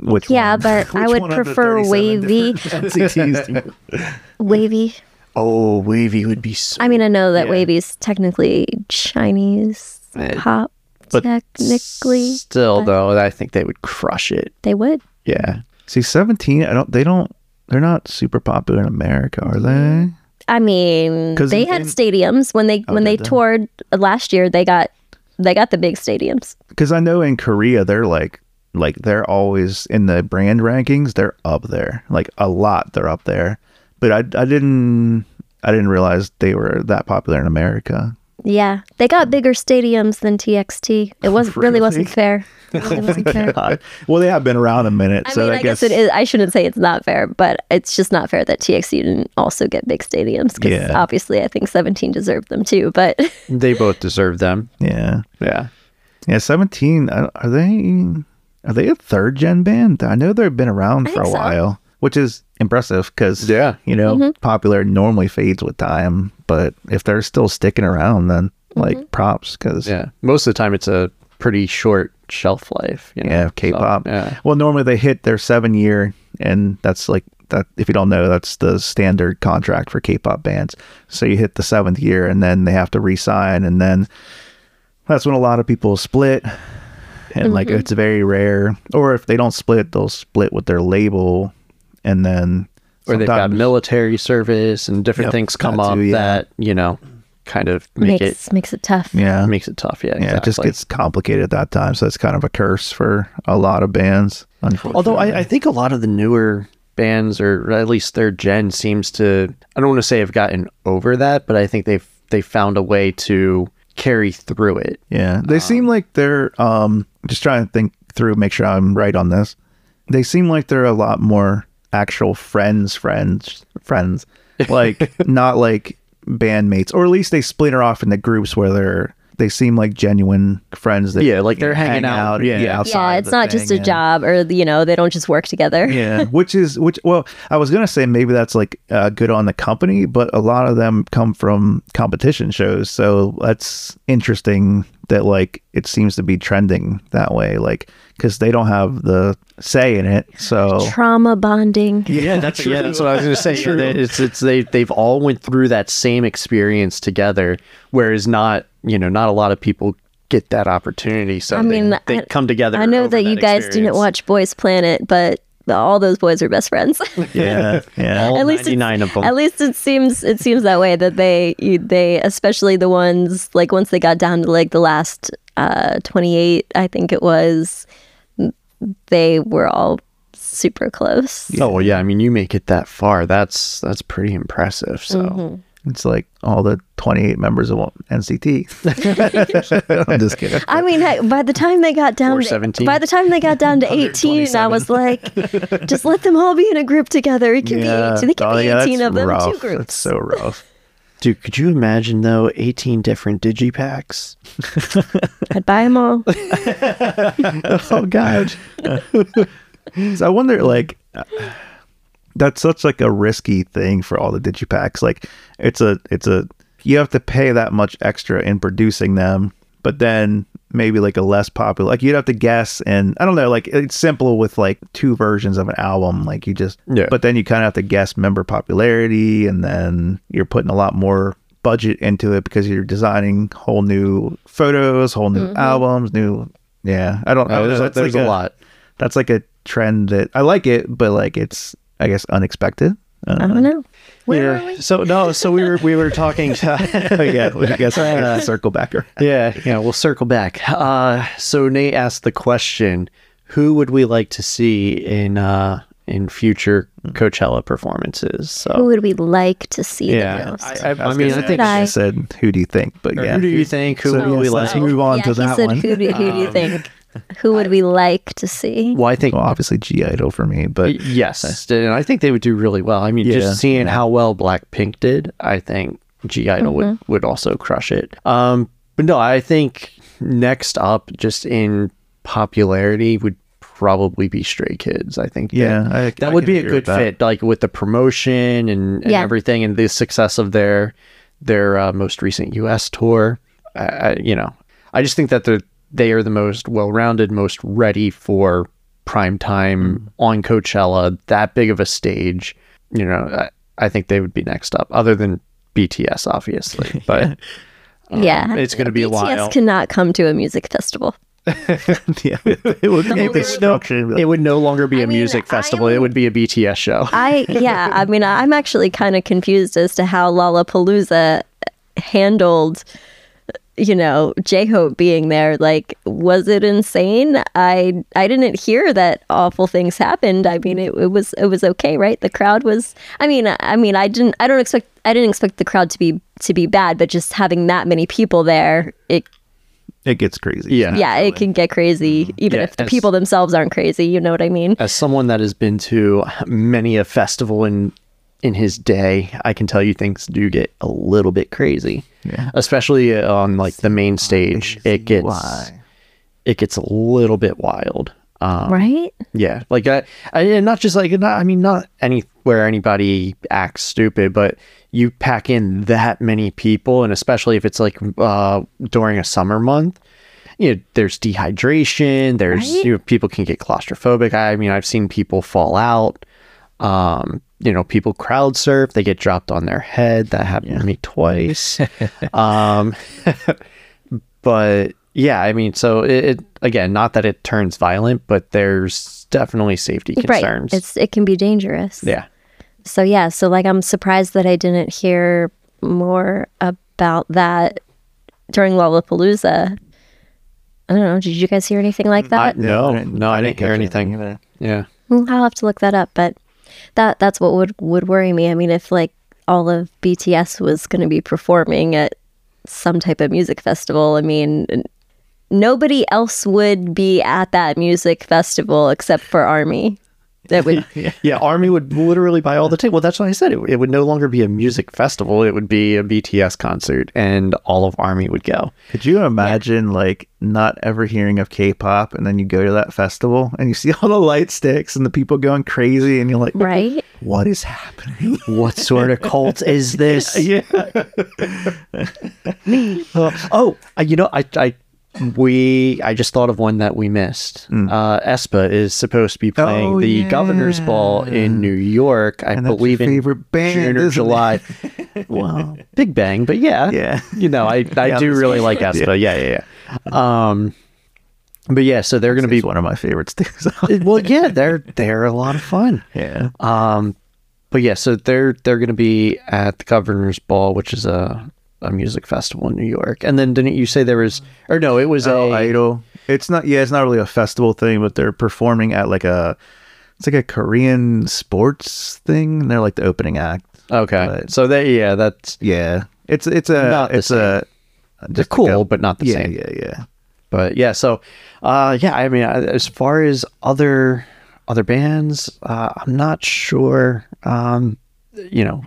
Speaker 1: which
Speaker 3: Yeah,
Speaker 1: one?
Speaker 3: but I
Speaker 1: Which
Speaker 3: would
Speaker 1: one of the
Speaker 3: prefer
Speaker 1: 37
Speaker 3: wavy.
Speaker 1: different NCTs do you-
Speaker 3: Wavy.
Speaker 2: Oh, Wavy would be so.
Speaker 3: I mean, I know that
Speaker 2: Yeah.
Speaker 3: Wavy's technically Chinese
Speaker 2: Eh,
Speaker 3: pop.
Speaker 2: but
Speaker 3: Technically,
Speaker 2: still though, I think they would crush it.
Speaker 3: they would.
Speaker 2: Yeah,
Speaker 1: See, seventeen. I don't. They don't. They're not super popular in America, are they?
Speaker 3: I mean,
Speaker 1: 'Cause
Speaker 3: they
Speaker 1: in-
Speaker 3: had
Speaker 1: in-
Speaker 3: stadiums when they when
Speaker 1: did
Speaker 3: they
Speaker 1: they?
Speaker 3: toured last year. They got they got the big stadiums.
Speaker 1: because I know in Korea they're like like they're always in the brand rankings. They're up there, like a lot. They're up there, but I I didn't I didn't realize they were that popular in America.
Speaker 3: Yeah, they got bigger stadiums than TXT. It wasn't really, wasn't fair. It really wasn't fair.
Speaker 1: Well, they have been around a minute,
Speaker 3: I
Speaker 1: so
Speaker 3: mean,
Speaker 1: I,
Speaker 3: I guess, it is. I shouldn't say it's not fair, but it's just not fair that TXT didn't also get big stadiums because
Speaker 1: Yeah.
Speaker 3: obviously I think 17 deserved them too. But
Speaker 2: they both deserve them.
Speaker 1: Yeah,
Speaker 2: Yeah.
Speaker 1: yeah. Seventeen. I- Are they are they a third gen band? I know they've been around for a
Speaker 3: think so. Mm-hmm.
Speaker 1: while, which is impressive because
Speaker 2: Yeah.
Speaker 1: you know, popular normally fades with time, but if they're still sticking around, then
Speaker 3: Mm-hmm.
Speaker 1: like props because
Speaker 2: Yeah. Most of the time, it's a pretty short shelf life. You know?
Speaker 1: Yeah,
Speaker 2: so,
Speaker 1: K-pop.
Speaker 2: yeah.
Speaker 1: Well, normally they hit their seven year, and that's like that. If you don't know, that's the standard contract for K-pop bands. So you hit the seventh year, and then they have to re-sign, and then that's when a lot of people split. And like
Speaker 2: Mm-hmm.
Speaker 1: it's very rare, or if they don't split, they'll split with their label, and then
Speaker 2: Or they've got
Speaker 1: sometimes-
Speaker 2: military service and different
Speaker 1: Yep,
Speaker 2: things come
Speaker 1: that
Speaker 2: up
Speaker 1: too, yeah.
Speaker 2: that you know kind of make
Speaker 3: makes makes it tough.
Speaker 1: yeah,
Speaker 2: it makes it tough. Yeah.
Speaker 1: yeah, it just
Speaker 2: exactly.
Speaker 1: gets complicated at that time. So it's kind of a curse for a lot of bands. Unfortunately.
Speaker 2: Although I, I think a lot of the newer bands, or at least their gen, seems to I don't want to say have gotten over that, but I think they've they found a way to carry through it.
Speaker 1: Yeah, they seem like they're um just trying to think through, make sure I'm right on this. They seem like they're a lot more actual friends, friends, friends, like not like bandmates, or at least they splinter off into groups where they're they seem like genuine friends. That
Speaker 2: Yeah, like they're
Speaker 1: hang
Speaker 2: hanging out, yeah. Yeah,
Speaker 1: outside
Speaker 3: Yeah, it's
Speaker 1: the
Speaker 3: not just
Speaker 1: thing
Speaker 3: a
Speaker 1: and-
Speaker 3: job or you know they don't just work together.
Speaker 1: yeah which is which well i was gonna say maybe that's like uh, good on the company but a lot of them come from competition shows so that's interesting that like it seems to be trending that way like because they don't have the say in it so
Speaker 3: Trauma bonding.
Speaker 2: Yeah, that's true. Yeah, that's what I was going to say. Yeah, they- It's, it's they they've all went through that same experience together, whereas not you know not a lot of people get that opportunity. So
Speaker 3: I
Speaker 2: they-
Speaker 3: mean,
Speaker 2: they,
Speaker 3: I-
Speaker 2: come together.
Speaker 3: I know
Speaker 2: over
Speaker 3: that you guys didn't
Speaker 2: experience.
Speaker 3: watch Boys Planet, but all those boys are best friends.
Speaker 1: yeah yeah
Speaker 2: all
Speaker 3: At least
Speaker 2: ninety
Speaker 3: it's-
Speaker 2: nine of them.
Speaker 3: At least it seems it seems that way that they you- they especially the ones like once they got down to like the last uh 28 I think it was they were all super close.
Speaker 2: Oh well, yeah. I mean, you make it that far. That's that's pretty impressive. So
Speaker 3: Mm-hmm.
Speaker 1: it's like all the 28 members of nct i'm just kidding
Speaker 3: I mean, hey, by the time they got down
Speaker 2: Or
Speaker 3: to
Speaker 2: 17.
Speaker 3: by the time they got down to 18, I was like just let them all be in a group together. It can be 18. They can
Speaker 1: Oh,
Speaker 3: be
Speaker 1: yeah,
Speaker 3: 18
Speaker 1: that's
Speaker 3: of them
Speaker 1: rough.
Speaker 3: two groups.
Speaker 1: that's so rough
Speaker 2: dude, could you imagine though? Eighteen different digipacks.
Speaker 3: I'd buy them all.
Speaker 1: oh god so i wonder like uh, that's such like a risky thing for all the digipacks like it's a it's a you have to pay that much extra in producing them but then maybe like a less popular like you'd have to guess and i don't know like it's simple with like two versions of an album like you just
Speaker 2: Yeah.
Speaker 1: but then you kind of have to guess member popularity and then you're putting a lot more budget into it because you're designing whole new photos whole new albums new yeah i don't know
Speaker 2: Oh, there's a,
Speaker 1: That's
Speaker 2: there's
Speaker 1: like
Speaker 2: a lot.
Speaker 1: that's like a trend that I like it, but like it's I guess unexpected. I
Speaker 3: I
Speaker 1: don't know.
Speaker 3: don't know. Where
Speaker 2: Yeah. So no, so we were we were talking to
Speaker 1: yeah, I guess I have to circle back. around.
Speaker 2: yeah, yeah, we'll circle back. Uh, so Nate asked the question, who would we like to see in uh, in future Coachella performances.
Speaker 3: Who
Speaker 2: So
Speaker 3: would we like to see the
Speaker 2: Oh. yeah,
Speaker 3: most?
Speaker 2: I, I, I mean, I think.
Speaker 3: I-
Speaker 1: I said, "Who do you think?" But yeah,
Speaker 2: Who do you think? Who
Speaker 1: So,
Speaker 2: will we
Speaker 1: yes,
Speaker 2: like?
Speaker 1: let's move on
Speaker 3: yeah,
Speaker 1: to
Speaker 3: he
Speaker 1: that
Speaker 3: said,
Speaker 1: one.
Speaker 3: Who do, who do
Speaker 2: Um,
Speaker 3: you think? Who would we like to see?
Speaker 2: Well, I think
Speaker 1: well, obviously G Idol for me, but
Speaker 2: yes, and I think they would do really well. I mean,
Speaker 1: Yeah.
Speaker 2: just seeing how well Blackpink did, I think G Idol would would also crush it. Um, but no, I think next up, just in popularity, would probably be Stray Kids. I think that-
Speaker 1: Yeah, I-
Speaker 2: that
Speaker 1: I
Speaker 2: would
Speaker 1: can
Speaker 2: be a
Speaker 1: agree
Speaker 2: good
Speaker 1: with that.
Speaker 2: fit, like with the promotion and, and
Speaker 3: Yeah.
Speaker 2: everything, and the success of their their uh, most recent U.S. tour. I, I, you know, I just think that they're they are the most well-rounded, most ready for prime
Speaker 1: Hmm.
Speaker 2: time on Coachella, that big of a stage. You know, I, I think they would be next up, other than BTS, obviously. But
Speaker 3: yeah,
Speaker 2: it's going to be a while.
Speaker 3: BTS cannot come to a music festival.
Speaker 1: yeah, it would make the
Speaker 3: weird-
Speaker 1: structure.
Speaker 2: it would no longer be a
Speaker 3: mean,
Speaker 2: music
Speaker 3: I
Speaker 2: festival. It
Speaker 3: am-
Speaker 2: would be a BTS show.
Speaker 3: I yeah, I mean, I'm actually kind of confused as to how Lollapalooza handled, you know, J Hope being there. Like, was it insane? I I didn't hear that awful things happened. I mean, it, it was it was okay, right? The crowd was. I mean, I- I mean, I didn't. I don't expect. I didn't expect the crowd to be to be bad, but just having that many people there, it
Speaker 1: it gets crazy.
Speaker 2: Yeah.
Speaker 3: yeah, it can get crazy. Even
Speaker 2: Yeah,
Speaker 3: if the
Speaker 2: as-
Speaker 3: people themselves aren't crazy, you know what I mean?
Speaker 2: as someone that has been to many a festival in in his day, I can tell you things do get a little bit crazy.
Speaker 1: Yeah.
Speaker 2: Especially uh, on like the main stage, it gets it gets a little bit wild. Um,
Speaker 3: Right?
Speaker 2: yeah, like I, I and not just like not, I mean not anywhere anybody acts stupid, but you pack in that many people, and especially if it's like uh, during a summer month, you know, there's dehydration. There's
Speaker 3: Right?
Speaker 2: you know, people can get claustrophobic. I mean, I've seen people fall out. Um, you know, people crowd surf. They get dropped on their head. That happened to me twice. um, but yeah, I mean, so it, it again, not that it turns violent, but there's definitely safety concerns.
Speaker 3: Right. It's it can be dangerous.
Speaker 2: yeah,
Speaker 3: So yeah, so like I'm surprised that I didn't hear more about that during Lollapalooza. I don't know. Did you guys hear anything like
Speaker 2: Mm, I,
Speaker 3: that?
Speaker 2: no, no, I didn't hear anything.
Speaker 1: either.
Speaker 2: Yeah,
Speaker 3: Mm, I'll have to look that up, but that that's what would would worry me. I mean, if like all of BTS was going to be performing at some type of music festival, I mean, n- nobody else would be at that music festival except for Army. That would
Speaker 2: yeah. Army would literally buy all the tickets. Well, that's why I said it, it would no longer be a music festival; it would be a BTS concert, and all of Army would go.
Speaker 1: Could you imagine like not ever hearing of K-pop, and then you go to that festival and you see all the light sticks and the people going crazy, and you're like,
Speaker 3: right.
Speaker 1: "What is happening?"
Speaker 2: What sort of cult is this?
Speaker 1: yeah,
Speaker 2: Uh, oh, uh, you know, I, I, we, I just thought of one that we missed. Uh, Espa is supposed to be playing
Speaker 1: Hmm. Oh,
Speaker 2: the Governor's
Speaker 1: yeah.
Speaker 2: Ball in New York. I
Speaker 1: And that's your
Speaker 2: believe in
Speaker 1: favorite band,
Speaker 2: June or
Speaker 1: isn't it?
Speaker 2: July. well, Big Bang, but yeah,
Speaker 1: Yeah.
Speaker 2: You know, I, I
Speaker 1: Yeah,
Speaker 2: do
Speaker 1: that's-
Speaker 2: really like Espa. Yeah, yeah, yeah. Um, but yeah, so they're going to be.
Speaker 1: it's one of my favorites too.
Speaker 2: Well, yeah, they're they're a lot of fun.
Speaker 1: yeah,
Speaker 2: Um, but yeah, so they're they're going to be at the Governor's Ball, which is a a music festival in New York. And then didn't you say there was or no, it was
Speaker 1: Oh,
Speaker 2: a
Speaker 1: Idol. It's not. Yeah, it's not really a festival thing, but they're performing at like a. It's like a Korean sports thing. And they're like the opening act.
Speaker 2: Okay.
Speaker 1: but-
Speaker 2: so they yeah, that's uh,
Speaker 1: Yeah, it's it's a
Speaker 2: Not the
Speaker 1: it's a.
Speaker 2: they're
Speaker 1: Just
Speaker 2: cool,
Speaker 1: like a-
Speaker 2: but not the
Speaker 1: yeah,
Speaker 2: same.
Speaker 1: yeah, yeah.
Speaker 2: But yeah, so uh yeah, I mean I- as far as other other bands, uh, I'm not sure um you know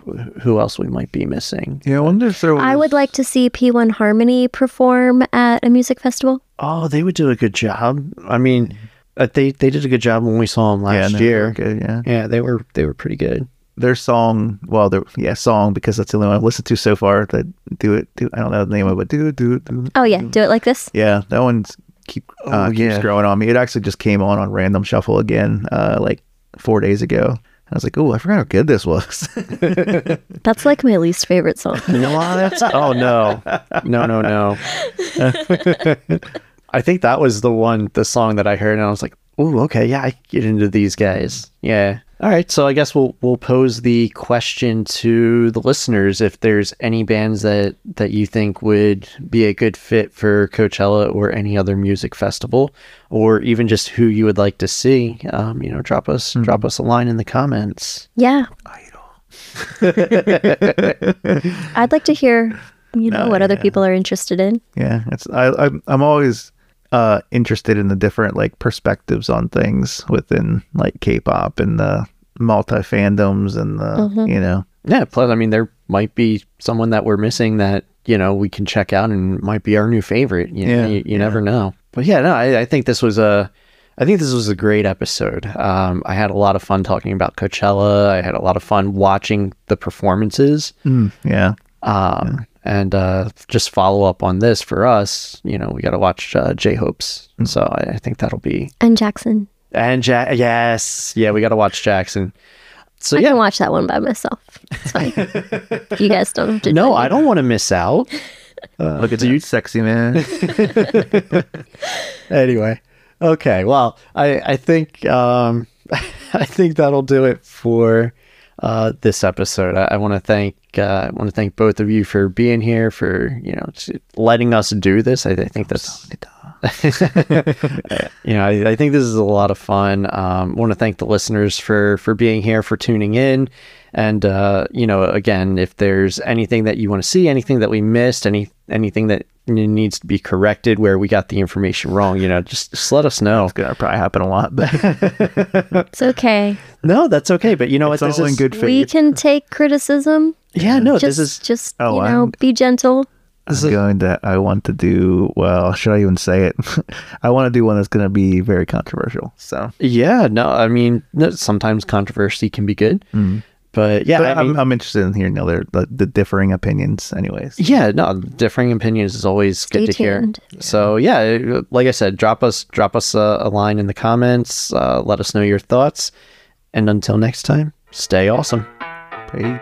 Speaker 2: who else we might be missing.
Speaker 1: Yeah, I wonder if there was.
Speaker 3: I would like to see P1 Harmony perform at a music festival.
Speaker 2: Oh, they would do a good job. I mean, uh, they they did a good job when we saw them
Speaker 1: yeah,
Speaker 2: last
Speaker 1: no,
Speaker 2: year.
Speaker 1: okay, yeah.
Speaker 2: Yeah, they were they were pretty good.
Speaker 1: their song well their yeah song because that's the only one i've listened to so far that do it do i don't know the name of it but do it do it do it
Speaker 3: Oh yeah, do it like this.
Speaker 1: yeah that one's keep uh,
Speaker 2: Oh,
Speaker 1: keeps
Speaker 2: yeah.
Speaker 1: growing on me it actually just came on on random shuffle again uh like four days ago and i was like oh i forgot how good this was
Speaker 3: That's like my least favorite song.
Speaker 2: oh no, no, no, no. I think that was the one, the song that I heard, and I was like, "Ooh, okay, yeah, I can get into these guys." Yeah, All right, so I guess we'll we'll pose the question to the listeners if there's any bands that that you think would be a good fit for Coachella or any other music festival, or even just who you would like to see. Um, you know, drop us drop us a line in the comments.
Speaker 3: Yeah. I'd like to hear, you know, what other people are interested in.
Speaker 1: Yeah, it's I, I I'm always uh interested in the different like perspectives on things within like K-pop and the multi fandoms and the you know
Speaker 2: Yeah, plus I mean there might be someone that we're missing that you know we can check out and might be our new favorite. You,
Speaker 1: Yeah,
Speaker 2: you, you never know. But yeah, no, I, I think this was a, I think this was a great episode. Um, I had a lot of fun talking about Coachella. I had a lot of fun watching the performances.
Speaker 1: mm, yeah
Speaker 2: Um, and uh, just follow up on this for us. You know, we got to watch uh, J Hopes,
Speaker 1: Mm.
Speaker 2: so I, I think that'll be
Speaker 3: And Jackson.
Speaker 2: and ja- yes, yeah, we got to watch Jackson. So
Speaker 3: I
Speaker 2: yeah,
Speaker 3: can watch that one by myself. It's fine. you guys don't have to
Speaker 2: no,
Speaker 3: judge
Speaker 2: I don't want to miss out. Uh,
Speaker 1: look at you sexy man
Speaker 2: anyway okay well i i think um i think that'll do it for uh this episode i, I want to thank uh, i want to thank both of you for being here for you know s- letting us do this i, I think that's you know I, I think this is a lot of fun um want to thank the listeners for for being here for tuning in and uh you know again if there's anything that you want to see anything that we missed any anything that needs to be corrected where we got the information wrong you know just, just let us know
Speaker 1: it's gonna probably happen a lot but
Speaker 3: it. It's okay.
Speaker 2: no that's okay but you know
Speaker 1: it's
Speaker 2: what this
Speaker 1: all in
Speaker 2: is
Speaker 1: good
Speaker 3: We
Speaker 1: faith
Speaker 3: can take criticism.
Speaker 2: yeah no this
Speaker 3: Just,
Speaker 2: is
Speaker 3: just
Speaker 1: Oh,
Speaker 3: you know,
Speaker 1: I'm-
Speaker 3: be gentle.
Speaker 1: I'm going to I want to do well should I even say it I want to do one that's gonna be very controversial so
Speaker 2: yeah no i mean no, sometimes controversy can be good but yeah
Speaker 1: but
Speaker 2: I mean,
Speaker 1: I'm, I'm interested in hearing other the, the differing opinions anyways
Speaker 2: yeah no differing opinions is always good to
Speaker 3: tuned.
Speaker 2: hear so yeah like i said drop us drop us a, a line in the comments uh, let us know your thoughts and until next time stay awesome
Speaker 1: Peace.